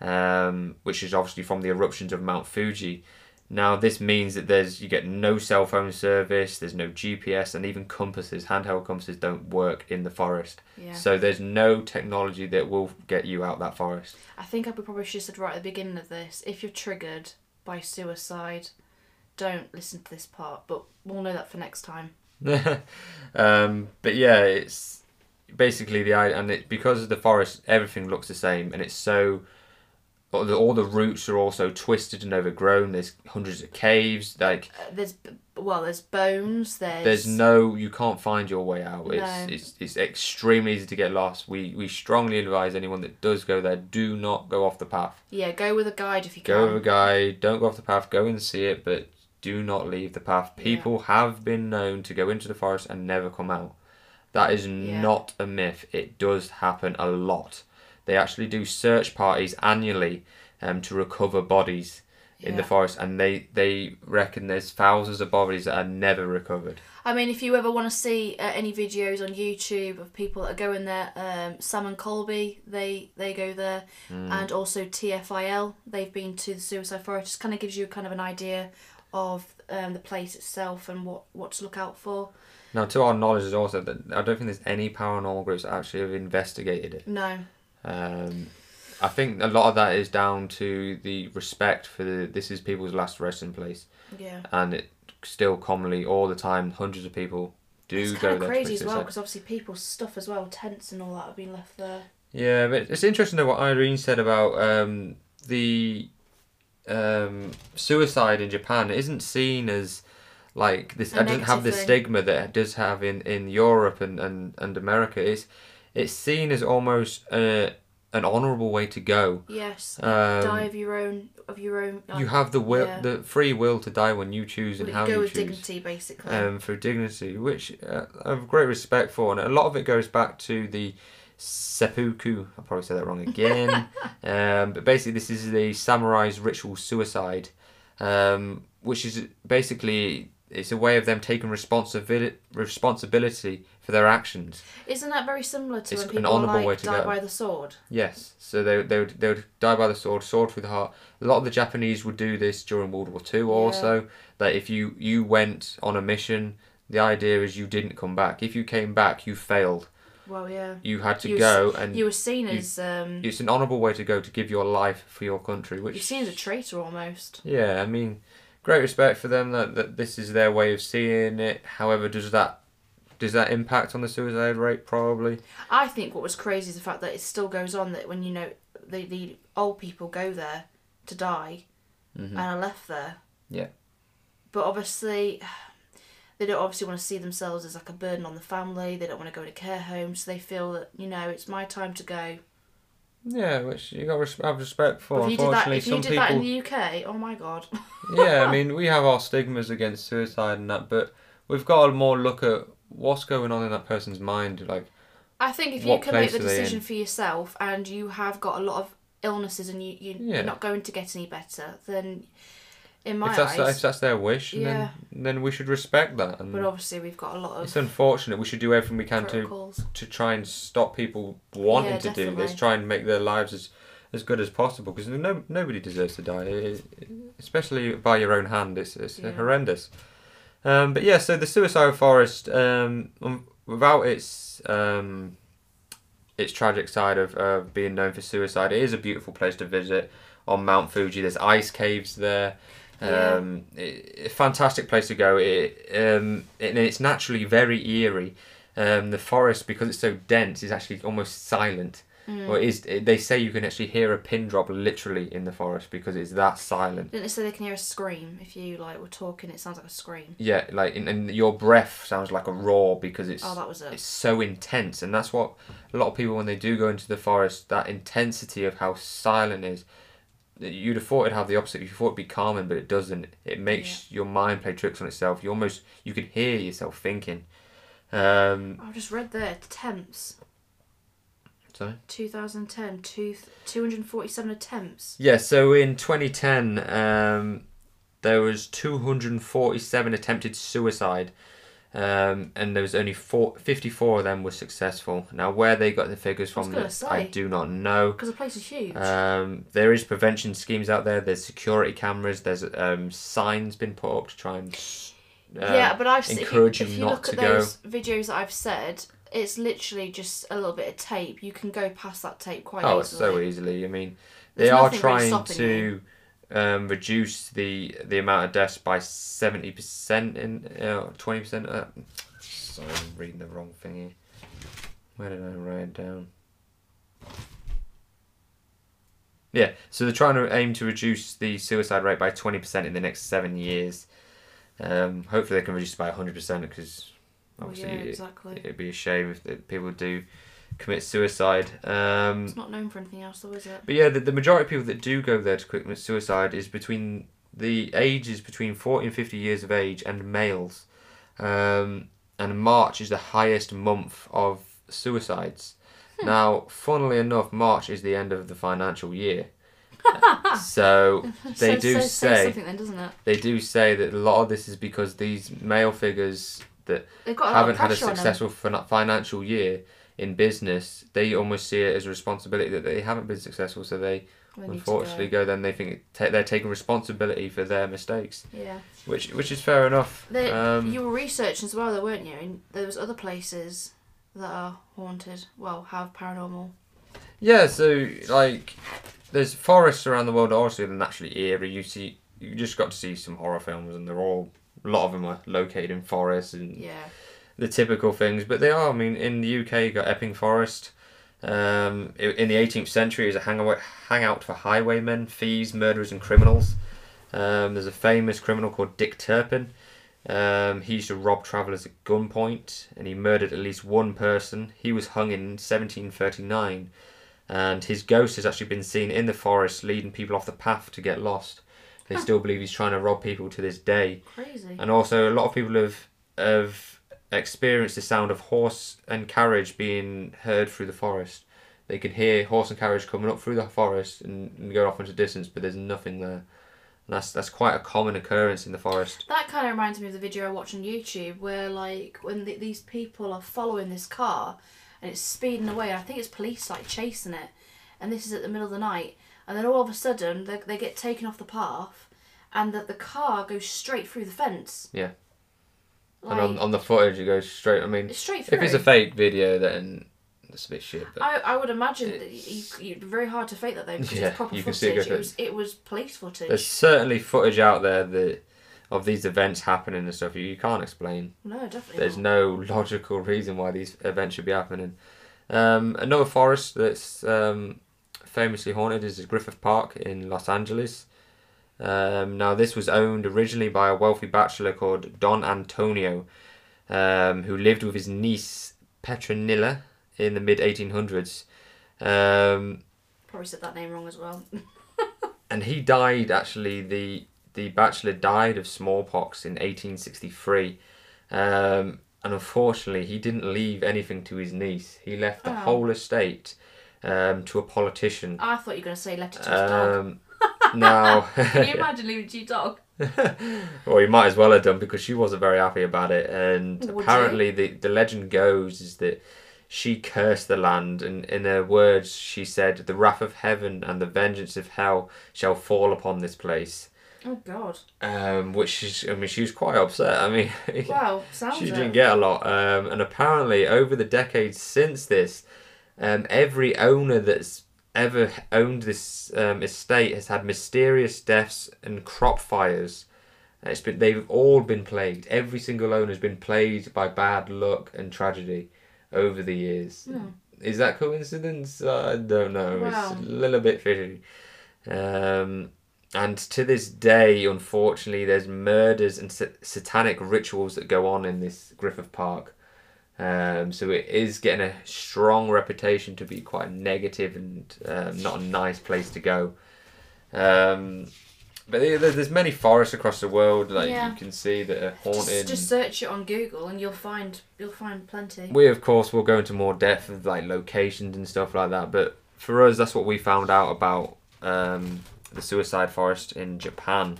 S1: um, which is obviously from the eruptions of Mount Fuji. Now, this means that there's you get no cell phone service, there's no GPS, and even compasses, handheld compasses, don't work in the forest.
S2: yeah.
S1: So there's no technology that will get you out that forest.
S2: I think I probably should have said right at the beginning of this, if you're triggered by suicide, don't listen to this part, but we'll know that for next time.
S1: um, but yeah, it's basically the i- and it because of the forest, everything looks the same, and it's so all the, all the roots are also twisted and overgrown. There's hundreds of caves. Like
S2: Uh, there's b- well, there's bones. There's
S1: there's no, you can't find your way out. It's
S2: No.
S1: it's, it's extremely easy to get lost. We we strongly advise anyone that does go there, do not go off the path.
S2: yeah. Go with a guide if you
S1: Go
S2: can.
S1: with a guy. Don't go off the path. Go and see it, but do not leave the path.
S2: Yeah.
S1: People have been known to go into the forest and never come out. That is
S2: Yeah.
S1: not a myth. It does happen a lot. They actually do search parties annually um, to recover bodies in the
S2: Yeah.
S1: forest, and they they reckon there's thousands of bodies that are never recovered.
S2: I mean, if you ever want to see uh, any videos on YouTube of people that go in there, um, Sam and Colby, they they go there,
S1: Hmm.
S2: and also TFIL, they've been to the Suicide Forest. Just kind of gives you kind of an idea of um, the place itself and what what to look out for.
S1: Now, to our knowledge, is also that I don't think there's any paranormal groups that actually have investigated it.
S2: No,
S1: Um, I think a lot of that is down to the respect for the this is people's last resting place,
S2: yeah.
S1: and it still commonly all the time hundreds of people do
S2: It's
S1: go
S2: kind of
S1: there. to
S2: crazy
S1: commit
S2: as well
S1: suicide.
S2: because obviously people's stuff as well, tents and all that have been left there.
S1: Yeah, but it's interesting though what Irene said about um, the um, suicide in Japan. It isn't seen as like this.
S2: A
S1: I doesn't have
S2: negative
S1: the
S2: thing.
S1: stigma that it does have in, in Europe and, and, and America. It's it's seen as almost uh, an honourable way to go.
S2: Yes,
S1: Um,
S2: die of your own of your own.
S1: you have the will,
S2: yeah.
S1: the free will to die when you choose and how
S2: go
S1: you
S2: with
S1: choose
S2: dignity basically.
S1: um, for dignity, which uh, I have great respect for, and a lot of it goes back to the seppuku. I probably said that wrong again, um, but basically this is the samurai's ritual suicide, um, which is basically it's a way of them taking responsibility responsibility for their actions.
S2: Isn't that very similar to
S1: It's
S2: when
S1: an
S2: people
S1: honourable
S2: like
S1: way to
S2: die
S1: go.
S2: by the sword?
S1: Yes, so they they would, they would die by the sword, sword through the heart. A lot of the Japanese would do this during World War Two. Also, that if you you went on a mission, the idea is you didn't come back. If you came back, you failed.
S2: Well, yeah.
S1: You had to
S2: You
S1: go, and
S2: You were seen
S1: you-
S2: as um,
S1: it's an honourable way to go to give your life for your country. Which
S2: you're seen as a traitor almost.
S1: yeah, I mean, great respect for them that, that this is their way of seeing it. However, does that does that impact on the suicide rate? Probably.
S2: I think what was crazy is the fact that it still goes on that when you know the the old people go there to die,
S1: Mhm.
S2: and are left there.
S1: Yeah.
S2: But obviously, they don't obviously want to see themselves as like a burden on the family. They don't want to go to care homes. So they feel that you know it's my time to go.
S1: Yeah, which you got res- have respect for.
S2: But if you did that,
S1: Unfortunately,
S2: if you
S1: some
S2: did
S1: people.
S2: that in the UK, oh my god.
S1: yeah, I mean, we have our stigmas against suicide and that, but we've got to more look at what's going on in that person's mind. Like,
S2: I think if
S1: What
S2: you can make
S1: place
S2: the
S1: are they
S2: decision
S1: in?
S2: for yourself and you have got a lot of illnesses and you, you,
S1: Yeah.
S2: you're not going to get any better, then in my
S1: if that's if
S2: eyes,
S1: that's their wish,
S2: Yeah.
S1: then then we should respect that. And
S2: but obviously we've got a lot
S1: it's
S2: of
S1: unfortunate. We should do everything we can to
S2: protocols.
S1: to try and stop people wanting
S2: Yeah,
S1: to do this.
S2: definitely.
S1: Try and make their lives as as good as possible because no nobody deserves to die, it- it- especially by your own hand. It's it's
S2: Yeah.
S1: horrendous. Um, but yeah, so the suicide forest, um, um, without its um, its tragic side of uh, being known for suicide, it is a beautiful place to visit. On Mount Fuji, there's ice caves there.
S2: Yeah.
S1: Um, it, a fantastic place to go. It um, and it's naturally very eerie. Um, the forest, because it's so dense, is actually almost silent.
S2: Mm.
S1: Or it is it, they say you can actually hear a pin drop literally in the forest because it's that silent.
S2: Didn't they say they can hear a scream if you like were talking? It sounds like a scream.
S1: Yeah, like and, and your breath sounds like a roar because it's
S2: Oh, that was it.
S1: it's so intense, and that's what a lot of people when they do go into the forest, that intensity of how silent it is. that You'd have thought it'd have the opposite. You thought it'd be calming, but it doesn't. It makes your mind play tricks on itself. You almost you can hear yourself thinking. Um,
S2: I've just read there attempts.
S1: sorry.
S2: 2010, two, 247 attempts.
S1: Yeah, so in 2010, um, there was 247 attempted suicide, um, and there was only four, 54 of them were successful. Now, where they got the figures
S2: was
S1: from,
S2: gonna
S1: this, I
S2: say.
S1: do not know.
S2: Because the place is huge.
S1: Um, there is prevention schemes out there. There's security cameras. There's um, signs been put up to try and um,
S2: yeah, but I've seen.
S1: encourage
S2: if
S1: them
S2: you,
S1: not
S2: look
S1: to
S2: at
S1: go.
S2: those videos that I've said, it's literally just a little bit of tape. You can go past that tape quite
S1: Oh,
S2: easily.
S1: so easily. I mean, they
S2: There's
S1: are
S2: nothing really
S1: trying
S2: stopping
S1: to um, reduce the the amount of deaths by seventy percent in twenty percent. Uh, sorry, I'm reading the wrong thing here. Where did I write it down? Yeah, so they're trying to aim to reduce the suicide rate by 20% in the next seven years. Um, hopefully, they can reduce it by 100% because
S2: Well,
S1: obviously
S2: Oh, yeah,
S1: it-
S2: exactly.
S1: it'd be a shame if the people do commit suicide. Um,
S2: it's not known for anything else, though, is it?
S1: but yeah, the, the majority of people that do go there to commit suicide is between the ages between 40 and 50 years of age and males. Um, and March is the highest month of suicides.
S2: Hmm.
S1: Now, funnily enough, March is the end of the financial year. so they
S2: So-
S1: do
S2: so- says
S1: say
S2: something, then, doesn't it?
S1: they do say that a lot of this is because these male figures that
S2: They've got a lot
S1: haven't
S2: of
S1: had a
S2: pressure on 'em.
S1: successful fin- financial year in business, they almost see it as a responsibility that they haven't been successful, so they
S2: We need to go.
S1: unfortunately go. then they think it ta- they're taking responsibility for their mistakes,
S2: Yeah.
S1: which which is fair enough.
S2: They,
S1: um,
S2: you were researching as well, though, weren't you? And there was other places that are haunted. Well, have paranormal.
S1: yeah, so like there's forests around the world that obviously they're naturally eerie. You see, you just got to see some horror films, and they're all a lot of them are located in forests and
S2: Yeah.
S1: the typical things, but they are. I mean, in the UK, you got Epping Forest. Um, i- in the 18th century, it was a hangout, hangout for highwaymen, thieves, murderers, and criminals. Um, there's a famous criminal called Dick Turpin. Um, he used to rob travellers at gunpoint, and he murdered at least one person. He was hung in 1739, and his ghost has actually been seen in the forest, leading people off the path to get lost. They still believe he's trying to rob people to this day.
S2: Crazy.
S1: And also, a lot of people have have experienced the sound of horse and carriage being heard through the forest. They can hear horse and carriage coming up through the forest and, and go off into distance, but there's nothing there. And that's that's quite a common occurrence in the forest.
S2: That kind of reminds me of the video I watched on YouTube where, like, when th these people are following this car and it's speeding away, and I think it's police, like, chasing it, and this is at the middle of the night, and then all of a sudden they, they get taken off the path and that the car goes straight through the fence.
S1: Yeah.
S2: Like,
S1: and on, on the footage, it goes straight. I mean,
S2: it's straight through.
S1: if it's a fake video, then it's a bit shit. But
S2: I, I would imagine that you, you, it'd be very hard to fake that though because
S1: Yeah,
S2: it's proper
S1: you can see it
S2: footage.
S1: go
S2: It,
S1: through.
S2: was it was police footage.
S1: there's certainly footage out there that of these events happening and stuff you, you can't explain.
S2: no, definitely.
S1: There's
S2: not.
S1: no logical reason why these events should be happening. Um, another forest that's um, famously haunted is Griffith Park in Los Angeles. Um, now, this was owned originally by a wealthy bachelor called Don Antonio, um, who lived with his niece Petronilla in the mid 1800s. Um,
S2: Probably said that name wrong as well.
S1: and he died actually the the bachelor died of smallpox in 1863 um, and unfortunately he didn't leave anything to his niece he left the
S2: Oh.
S1: whole estate um, to a politician
S2: I thought you were going to say left it to his dog.
S1: um, now
S2: Can you imagine leaving it to your dog?
S1: well you might as well have done because she wasn't very happy about it and
S2: Would you?
S1: apparently the, the legend goes is that she cursed the land and in her words she said the wrath of heaven and the vengeance of hell shall fall upon this place
S2: Oh God!
S1: um, which is, I mean, she was quite upset. I mean,
S2: Wow, sounds.
S1: she
S2: it.
S1: didn't get a lot. Um, and apparently, over the decades since this, um, every owner that's ever owned this um, estate has had mysterious deaths and crop fires. And It's been, they've all been plagued. Every single owner has been plagued by bad luck and tragedy over the years.
S2: Hmm.
S1: Is that coincidence? I don't know.
S2: Wow.
S1: It's a little bit fishy. Um, and to this day, unfortunately, there's murders and sa- satanic rituals that go on in this Griffith Park. Um, so it is getting a strong reputation to be quite negative and um, not a nice place to go. Um, but there- there- there's many forests across the world, like
S2: Yeah.
S1: you can see, that are haunted.
S2: Just, just search it on Google and you'll find you'll find plenty.
S1: We of course will go into more depth of like locations and stuff like that, but for us that's what we found out about um, the suicide forest in Japan,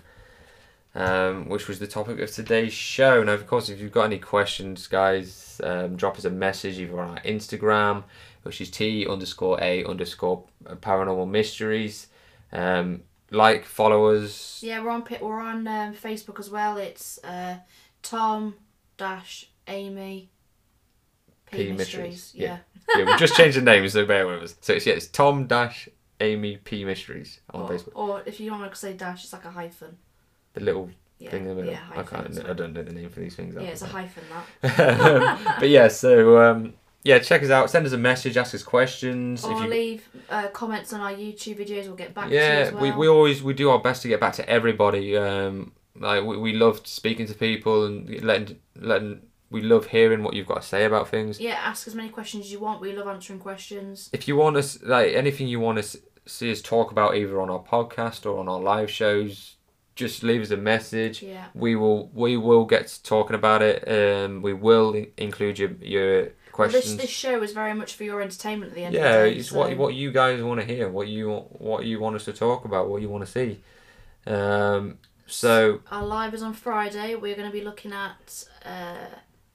S1: um, which was the topic of today's show. Now of course if you've got any questions, guys, um, drop us a message either on our Instagram, which is t underscore a underscore paranormal mysteries. Um, like, follow us.
S2: Yeah, we're on Pi- we're on um, Facebook as well. It's uh, Tom Dash Amy P,
S1: P
S2: Mysteries.
S1: Mysteries,
S2: Yeah.
S1: yeah, we just changed the name, so bear with us. So it's yeah, it's Tom Dash Amy P Mysteries on
S2: Or,
S1: Facebook.
S2: or if you don't want to say dash, it's like a hyphen.
S1: The little
S2: Yeah.
S1: thing in the middle.
S2: yeah,
S1: I
S2: hyphen.
S1: can't.
S2: it's
S1: I don't know the name for these things.
S2: fine. Yeah, it's a hyphen that.
S1: but yeah, so um, yeah, check us out. Send us a message. Ask us questions.
S2: Or
S1: if you,
S2: leave uh, comments on our YouTube videos. We'll get back to you
S1: yeah,
S2: as well.
S1: we, we always we do our best to get back to everybody. Um, like we, we love speaking to people and letting letting we love hearing what you've got to say about things.
S2: Yeah, ask as many questions as you want. We love answering questions.
S1: if you want us like anything you want to see us talk about either on our podcast or on our live shows just leave us a message
S2: Yeah.
S1: we will we will get to talking about it um we will i- include your your questions
S2: This, this show is very much for your entertainment at the end
S1: yeah
S2: of the day.
S1: it's what
S2: so-
S1: what you guys want to hear what you want- what you want us to talk about what you want to see um so
S2: Our live is on Friday. We're going to be looking at uh,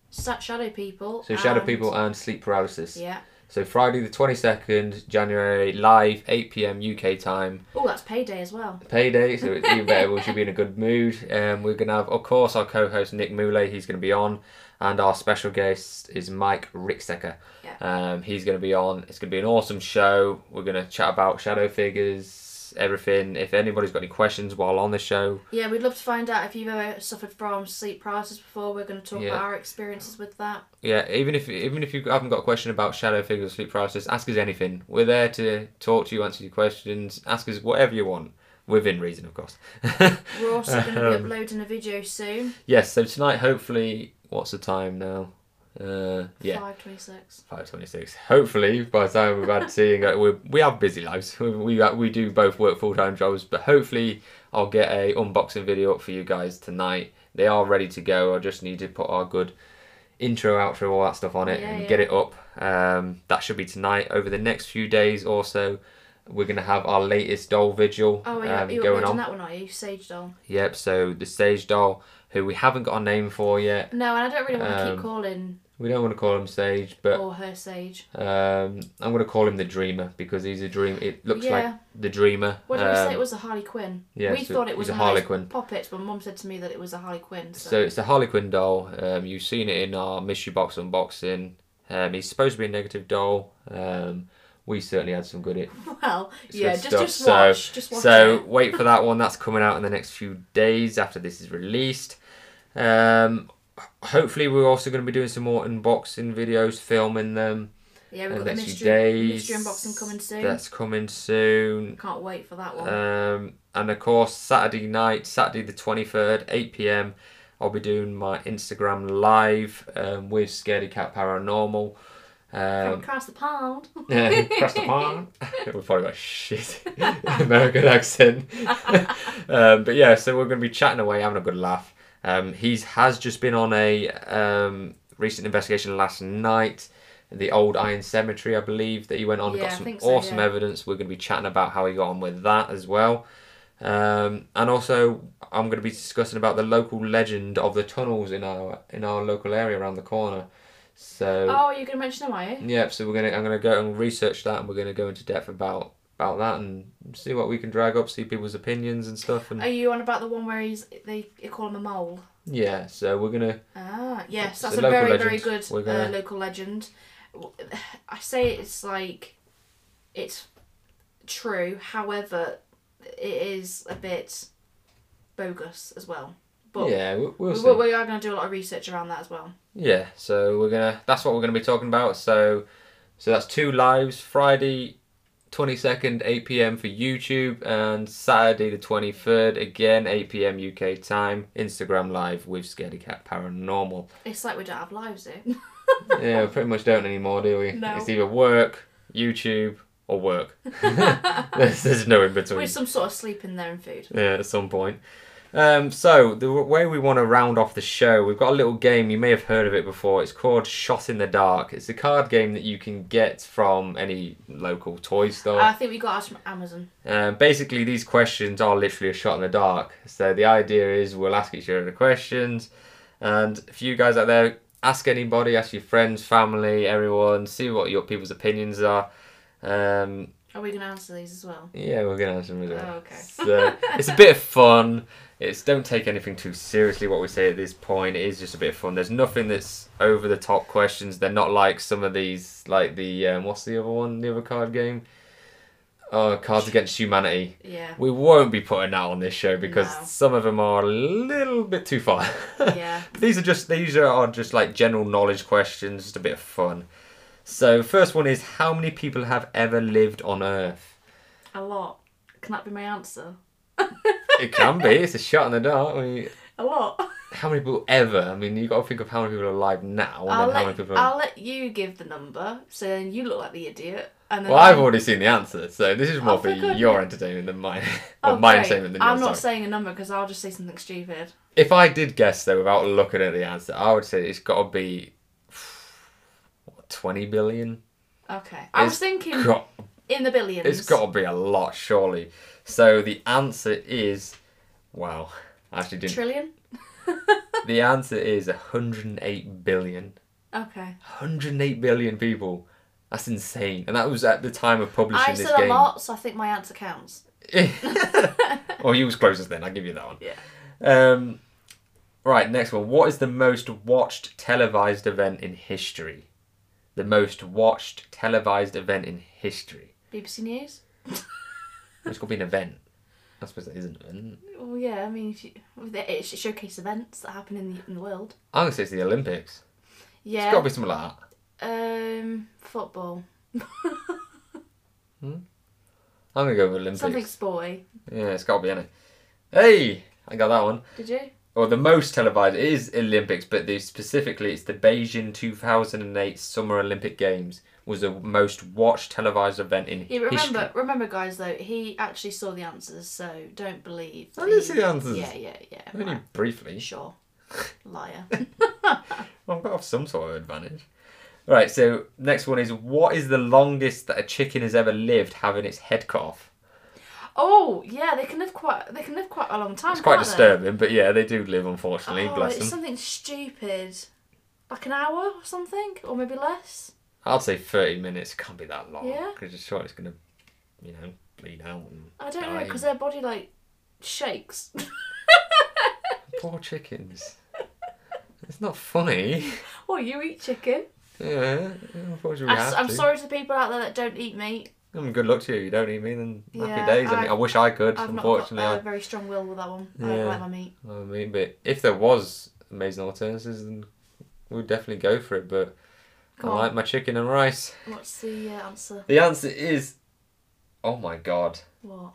S2: Sa- Shadow People.
S1: so shadow
S2: and-
S1: people and sleep paralysis
S2: Yeah.
S1: so friday the 22nd january live 8 p.m uk time
S2: Oh, that's payday as well.
S1: payday, so it's even better. We should be in a good mood. Um, we're gonna have, of course, our co-host Nick Moulay. He's gonna be on, and our special guest is Mike Ricksecker.
S2: Yeah.
S1: Um, he's gonna be on. It's gonna be an awesome show. We're gonna chat about shadow figures, everything. If anybody's got any questions while on the show,
S2: Yeah, we'd love to find out if you've ever suffered from sleep paralysis before. We're going to talk
S1: Yeah.
S2: about our experiences with that.
S1: yeah, even if even if you haven't got a question about shadow figures, sleep paralysis, ask us anything. We're there to talk to you, answer your questions, ask us whatever you want. Within reason, of course.
S2: We're also going to be
S1: Um,
S2: uploading a video soon.
S1: Yes, so tonight, hopefully, what's the time now? Uh, yeah,
S2: Five twenty-six.
S1: five twenty-six. Hopefully, by the time we've had seeing, we we have busy lives. We we, we do both work full-time jobs, but hopefully, I'll get a unboxing video up for you guys tonight. They are ready to go. I just need to put our good intro, outro, all that stuff on it,
S2: Yeah,
S1: and
S2: yeah.
S1: get it up. Um, that should be tonight. Over the next few days or so, we're gonna have our latest doll vigil
S2: Oh, are you,
S1: um,
S2: are you
S1: going
S2: uploading
S1: on.
S2: that one, are you? Sage doll.
S1: Yep. So the stage doll, who we haven't got a name for yet.
S2: No, and I don't really want to
S1: Um,
S2: keep calling
S1: We don't want to call him Sage, but
S2: or her Sage.
S1: um, I'm going to call him the Dreamer because he's a dream. It looks
S2: Yeah.
S1: like the Dreamer.
S2: What did we say?
S1: Um,
S2: It was a Harley Quinn.
S1: yeah,
S2: we
S1: so
S2: thought it
S1: he's
S2: was
S1: a
S2: a Harley
S1: Harlequin.
S2: Puppets, but Mum said to me that it was a Harley Quinn. So,
S1: So it's the Harley Quinn doll. Um, you've seen it in our mystery box unboxing. Um, he's supposed to be a negative doll. Um, we certainly had some good. It.
S2: well,
S1: It's
S2: yeah,
S1: good
S2: just
S1: stuff.
S2: just
S1: So-
S2: watch, just watch
S1: So
S2: it.
S1: wait for that one. That's coming out in the next few days after this is released. Um, h- hopefully, we're also going to be doing some more unboxing videos, filming them.
S2: Yeah, we've
S1: in
S2: got the
S1: next few
S2: mystery, mystery unboxing coming soon.
S1: That's coming soon.
S2: Can't wait for that one.
S1: Um, and of course, Saturday night, Saturday the 23rd, 8 pm, I'll be doing my Instagram live um, with Scaredy Cat Paranormal.
S2: From
S1: Um,
S2: across the pond.
S1: across the pond. We've probably got a shit American accent. um, but yeah, so we're going to be chatting away, having a good laugh. Um, he has just been on a um, recent investigation last night. The old Iron Cemetery, I believe, that he went on and
S2: Yeah, I
S1: got some
S2: think so,
S1: awesome
S2: yeah.
S1: evidence. We're going to be chatting about how he got on with that as well. Um, and also, I'm going to be discussing about the local legend of the tunnels in our in our local area around the corner. So
S2: Oh, you're gonna mention them, are you?
S1: Yep. So we're gonna I'm gonna go and research that, and we're gonna go into depth about about that and see what we can drag up, see people's opinions and stuff, and
S2: Are you on about the one where he's they they call him a mole?
S1: yeah. So we're gonna
S2: Ah, yes,
S1: It's
S2: that's
S1: a
S2: a,
S1: local
S2: very
S1: legend.
S2: very good
S1: We're gonna-
S2: uh, local legend. W- I say it's like it's true, however, it is a bit bogus as well. But
S1: yeah we'll, we'll
S2: we,
S1: see.
S2: we, we are going to do a lot of research around that as well.
S1: yeah. So we're gonna that's what we're gonna be talking about. So so that's two lives Friday. 22nd 8 p.m. for YouTube and Saturday the 23rd again 8 p.m. UK time Instagram live with Scaredy Cat Paranormal.
S2: It's like we don't have lives, do
S1: yeah, we pretty much don't anymore, do we?
S2: No.
S1: It's either work, YouTube, or work. there's, there's no in between.
S2: with some sort of sleep in there and food.
S1: Yeah, at some point. Um, so the w- way we want to round off the show, we've got a little game. You may have heard of it before. It's called Shot in the Dark. It's a card game that you can get from any local toy store.
S2: I think we got ours from Amazon.
S1: Um, basically, these questions are literally a shot in the dark. So the idea is we'll ask each other the questions, and if you guys out there ask anybody, ask your friends, family, everyone, see what your people's opinions are. Um,
S2: Are we going to answer these as well?
S1: yeah, we're gonna have some of that.
S2: Oh, okay.
S1: So it's a bit of fun. It's don't take anything too seriously what we say at this point. It is just a bit of fun. There's nothing that's over the top questions. They're not like some of these like the um, what's the other one? The other card game. Oh, Cards Against Humanity.
S2: Yeah.
S1: We won't be putting that on this show because
S2: No.
S1: some of them are a little bit too far.
S2: Yeah.
S1: But these are just these are, are just like general knowledge questions, just a bit of fun. So first one is how many people have ever lived on Earth?
S2: A lot. Can that be my answer?
S1: It can be. It's a shot in the dark. I mean,
S2: A lot.
S1: how many people ever? I mean, you got to think of how many people are alive now, and
S2: I'll
S1: then how many
S2: let,
S1: people. Are...
S2: I'll let you give the number, so then you look like the idiot. And then
S1: Well, I've
S2: I'm-
S1: already seen the answer, so this is more
S2: Oh,
S1: for
S2: for goodness.
S1: your entertainment than mine, or
S2: Oh,
S1: my
S2: great.
S1: entertainment than
S2: I'm
S1: yours.
S2: not
S1: sorry.
S2: saying a number because I'll just say something stupid.
S1: If I did guess though, without looking at the answer, I would say it's got to be what, twenty billion.
S2: Okay. I
S1: It's
S2: was thinking
S1: Got
S2: in the billions.
S1: It's got to be a lot, surely. So the answer is, wow, I actually didn't.
S2: trillion.
S1: the answer is 108 billion.
S2: Okay.
S1: 108 billion people. That's insane. And that was at the time of publishing
S2: I
S1: this
S2: said
S1: game.
S2: a lot, so I think my answer counts.
S1: well, you was closest then. I'll give you that one.
S2: Yeah.
S1: Um, right, next one. What is the most watched televised event in history? The most watched televised event in history.
S2: BBC News.
S1: It's got to be an event. I suppose it is an event.
S2: Well, yeah. I mean, if you, with it, it should showcase events that happen in the in the world.
S1: I'm going to say it's the Olympics. It's got
S2: Yeah.
S1: to be something like that.
S2: Um, football.
S1: I'm gonna go with Olympics.
S2: Something sporty.
S1: Yeah, it's gotta be in it. Hey, I got that one.
S2: Did you?
S1: Or the most televised it is Olympics, but the, specifically it's the Beijing 2008 Summer Olympic Games was the most watched televised event in
S2: Yeah, but remember,
S1: history.
S2: remember, guys. Though he actually saw the answers, so don't believe.
S1: I
S2: that
S1: didn't
S2: he-
S1: see the answers.
S2: Yeah, yeah, yeah.
S1: Only
S2: right,
S1: briefly.
S2: Sure. Liar.
S1: Well, I've got some sort of advantage. Right, so next one is what is the longest that a chicken has ever lived having its head cut off?
S2: oh yeah, they can live quite. They can live quite a long time.
S1: It's quite
S2: can't they?
S1: disturbing, but yeah, they do live unfortunately,
S2: Oh,
S1: bless
S2: it's
S1: them.
S2: something stupid. Like an hour or something, or maybe less.
S1: I'd say 30 minutes can't be that long.
S2: Yeah.
S1: Because it's short, it's going to, you know, bleed out. And
S2: I don't 'cause know
S1: die.
S2: because their body like shakes.
S1: Poor chickens. it's not funny.
S2: well, you eat chicken.
S1: Yeah, unfortunately, we
S2: I,
S1: have
S2: am
S1: to.
S2: sorry to the people out there that don't eat meat.
S1: I mean, good luck to you. You don't eat me, then happy
S2: Yeah,
S1: days. I, mean,
S2: I've-
S1: I wish I could,
S2: I've not got
S1: unfortunately.
S2: a very strong will with that one. I
S1: Yeah.
S2: don't like my meat.
S1: I, I mean, but if there was amazing alternatives, then we'd definitely go for it. But
S2: Come
S1: I
S2: on.
S1: like my chicken and rice.
S2: What's the uh, answer?
S1: The answer is, oh my god,
S2: What?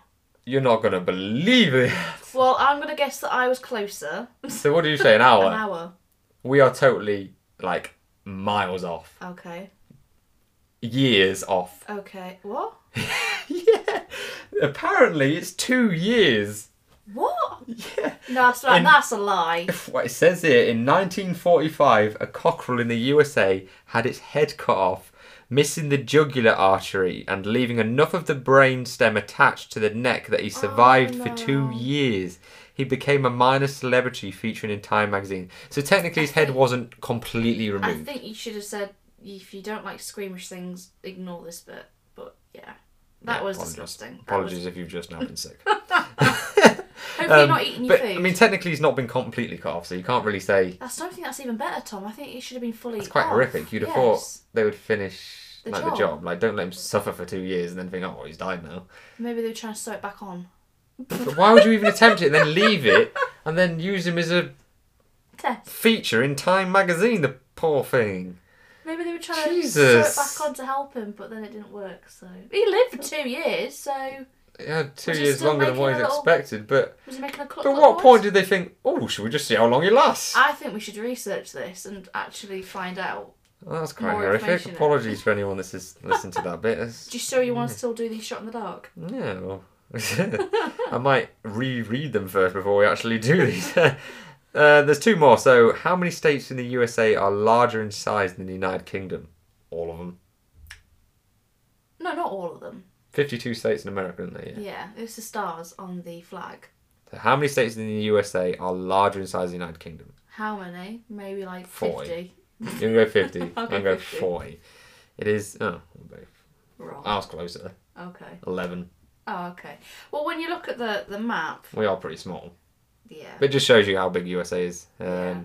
S1: you're not gonna believe it.
S2: Well, I'm gonna guess that I was closer.
S1: so what do you say? An
S2: An
S1: hour?
S2: hour.
S1: We are totally like miles off,
S2: Okay.
S1: years off.
S2: Okay. What?
S1: yeah. Apparently, it's two years.
S2: What?
S1: Yeah.
S2: No, that's, right.
S1: In-
S2: that's a lie.
S1: What it says here in 1945, a cockerel in the USA had its head cut off, missing the jugular artery and leaving enough of the brain stem attached to the neck that he survived for two
S2: Oh, no.
S1: years. He became a minor celebrity featuring in Time magazine. So technically, his head wasn't completely
S2: I
S1: removed.
S2: think you should have said if you don't like squeamish things, ignore this bit. But yeah, that
S1: Yeah,
S2: was
S1: apologies.
S2: disgusting. That was-
S1: Apologies if you've just now been sick.
S2: Hopefully, you're
S1: Um,
S2: not eating your
S1: but
S2: food.
S1: I mean, technically, he's not been completely cut off, so you can't really say
S2: That's, I don't think that's even better, Tom. I think it should have been fully.
S1: It's quite
S2: off.
S1: horrific. You'd have
S2: Yes.
S1: thought they would finish
S2: The
S1: like the
S2: job.
S1: job. Like, don't let him suffer for two years and then think, oh, well, he's died now.
S2: Maybe they were trying to sew it back on.
S1: But why would you even attempt it and then leave it and then use him as a
S2: Test.
S1: feature in Time magazine? The poor thing.
S2: Maybe they were trying to
S1: Jesus.
S2: sew it back on to help him, but then it didn't work. So he lived for two years. So
S1: Yeah, two
S2: Was he
S1: years
S2: still
S1: longer than what
S2: making
S1: he's
S2: a little-
S1: expected. But
S2: was he making a cluck?
S1: but
S2: cluck
S1: what
S2: noise?
S1: point did they think? Oh, should we just see how long he lasts?
S2: I think we should research this and actually find out.
S1: Well, that's quite
S2: more
S1: horrific.
S2: information.
S1: Apologies for anyone that's just listened to that bit. It's-
S2: Do you sure you
S1: Mm.
S2: want to still do these shot in the dark?
S1: Yeah, well, I might reread them first before we actually do these. uh, there's two more. So, how many states in the USA are larger in size than the United Kingdom? All of them.
S2: No, not all of them.
S1: 52 states in America, isn't there? Yeah.
S2: Yeah, it's the stars on the flag.
S1: So how many states in the USA are larger in size than the United Kingdom?
S2: How many? Maybe like
S1: Forty.
S2: fifty.
S1: You go 50. I'm
S2: I'll go
S1: going to go
S2: 50.
S1: 40. It is. Oh, okay.
S2: Wrong.
S1: I was closer.
S2: Okay.
S1: 11.
S2: Oh, okay. Well, when you look at the the map,
S1: We are pretty small.
S2: yeah.
S1: But it just shows you how big USA is. Um,
S2: Yeah.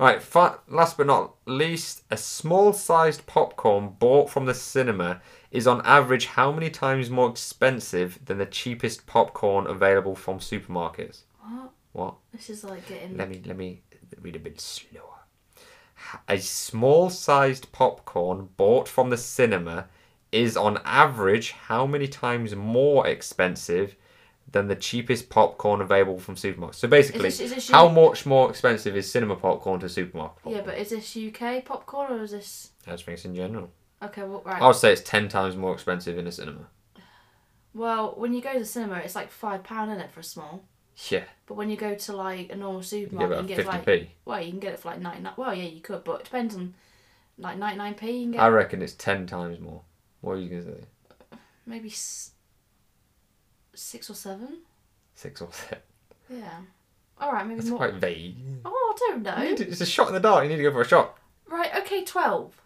S1: All right, fa- last but not least, a small sized popcorn bought from the cinema is on average how many times more expensive than the cheapest popcorn available from supermarkets?
S2: What?
S1: What?
S2: This is like getting.
S1: Let me let me read a bit slower. a small sized popcorn bought from the cinema is on average how many times more expensive than the cheapest popcorn available from supermarkets? So basically,
S2: this- is this
S1: how
S2: you-
S1: much more expensive is cinema popcorn to supermarket?
S2: Yeah,
S1: popcorn?
S2: but is this UK popcorn or is this
S1: I just think it's in general.
S2: okay? Well, right.
S1: I would say it's 10 times more expensive in a cinema.
S2: Well, when you go to the cinema, it's like five pound in it for a small.
S1: Yeah,
S2: But when you go to like a
S1: you
S2: normal
S1: get
S2: supermarket, you
S1: about
S2: can get it for
S1: 50p.
S2: like well, you can get it for like ninety nine. Well, yeah, you could, but it depends on like ninety nine p. You can get
S1: I reckon it's 10 times more. What are you going to say?
S2: maybe s- six or seven.
S1: Six or seven.
S2: Yeah. All right, maybe
S1: That's
S2: more.
S1: quite vague.
S2: Oh, I don't know.
S1: You need to- It's a shot in the dark. You need to go for a shot.
S2: Right. Okay, twelve.
S1: So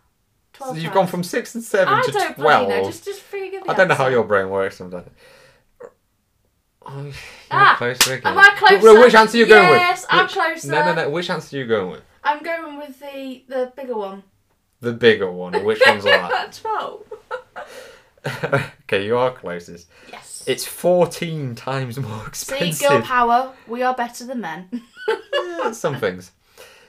S2: Twelve.
S1: you've
S2: pounds.
S1: gone from six and seven
S2: I
S1: to
S2: don't bloody
S1: twelve.
S2: know. Just, just figure the
S1: I don't know how
S2: answer.
S1: your brain works sometimes. Oh, you're
S2: Ah,
S1: close to it,
S2: am
S1: Kate.
S2: I closer?
S1: No, which answer are you going with?
S2: Yes, I'm
S1: Which-
S2: closer.
S1: No, no, no. Which answer are you going with?
S2: I'm going with the the bigger one.
S1: The bigger one. or Which one's that?
S2: Twelve.
S1: okay, you are closest.
S2: Yes.
S1: It's fourteen times more
S2: See,
S1: expensive.
S2: girl power. We are better than men.
S1: Yeah, some things.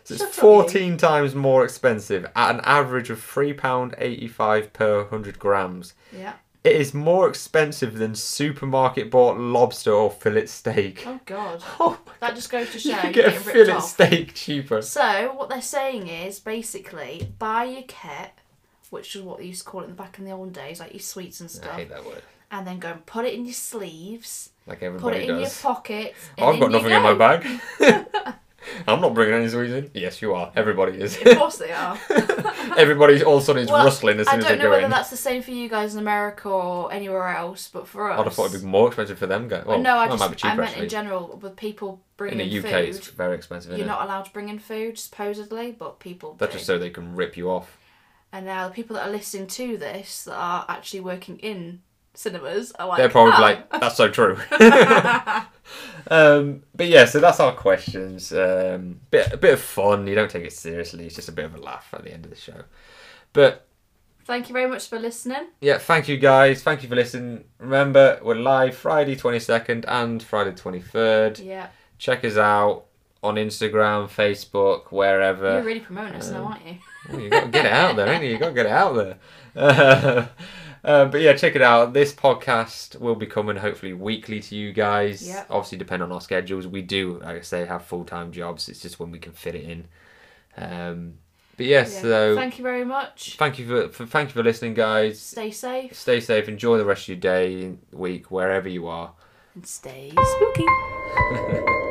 S1: So it's
S2: Shut up, you.
S1: fourteen times more expensive at an average of three pound eighty-five per hundred grams.
S2: yeah.
S1: It is more expensive than supermarket bought lobster or fillet steak.
S2: Oh God.
S1: Oh my
S2: That just goes to show
S1: You
S2: you're
S1: can get a
S2: getting ripped
S1: fillet
S2: off.
S1: steak cheaper.
S2: So what they're saying is basically buy your kit, which is what they used to call it in the back in the old days, like your sweets and
S1: I
S2: stuff,
S1: hate that word.
S2: and then go and put it in your sleeves,
S1: Like
S2: put
S1: everybody
S2: it in your
S1: does.
S2: pockets. and
S1: I've got
S2: in you
S1: nothing in my
S2: go.
S1: bag. I'm not bringing any sweets in. Yes, you are. Everybody is.
S2: Of course they are.
S1: Everybody all of a sudden is
S2: Well,
S1: rustling as
S2: I
S1: soon as they
S2: don't know
S1: go
S2: whether
S1: in.
S2: that's the same for you guys in America or anywhere else, but for us,
S1: I'd have thought it'd be more expensive for them. Go. Well,
S2: no, I
S1: that
S2: just
S1: might be cheaper
S2: I meant
S1: actually.
S2: in general with people
S1: in
S2: bringing
S1: the UK,
S2: food.
S1: it's very expensive. Isn't
S2: You're
S1: it?
S2: not allowed to bring in food, supposedly, but people
S1: That's
S2: do.
S1: just so they can rip you off.
S2: And now the people that are listening to this that are actually working in cinemas are like,
S1: They're probably
S2: "Ah,
S1: like, that's so true. um, but yeah, so that's our questions. Um, bit, a bit of fun. You don't take it seriously. It's just a bit of a laugh at the end of the show. But
S2: Thank you very much for listening.
S1: yeah, thank you guys. Thank you for listening. Remember, we're live Friday 22nd and Friday 23rd.
S2: Yeah,
S1: Check us out on Instagram, Facebook, wherever.
S2: you're really promoting us
S1: uh,
S2: now, aren't you?
S1: Well, you got to get it out there, ain't you? You got to get it out there. Uh, uh, but yeah, check it out. This podcast will be coming hopefully weekly to you guys.
S2: Yep.
S1: Obviously, depend on our schedules. We do, like I say, have full time jobs. It's just when we can fit it in. Um, but yeah,
S2: Yeah.
S1: so thank,
S2: Thank you very much.
S1: you for, for thank you for listening, guys.
S2: Stay safe
S1: Stay safe. Enjoy the rest of your day, week, wherever you are.
S2: and stay spooky.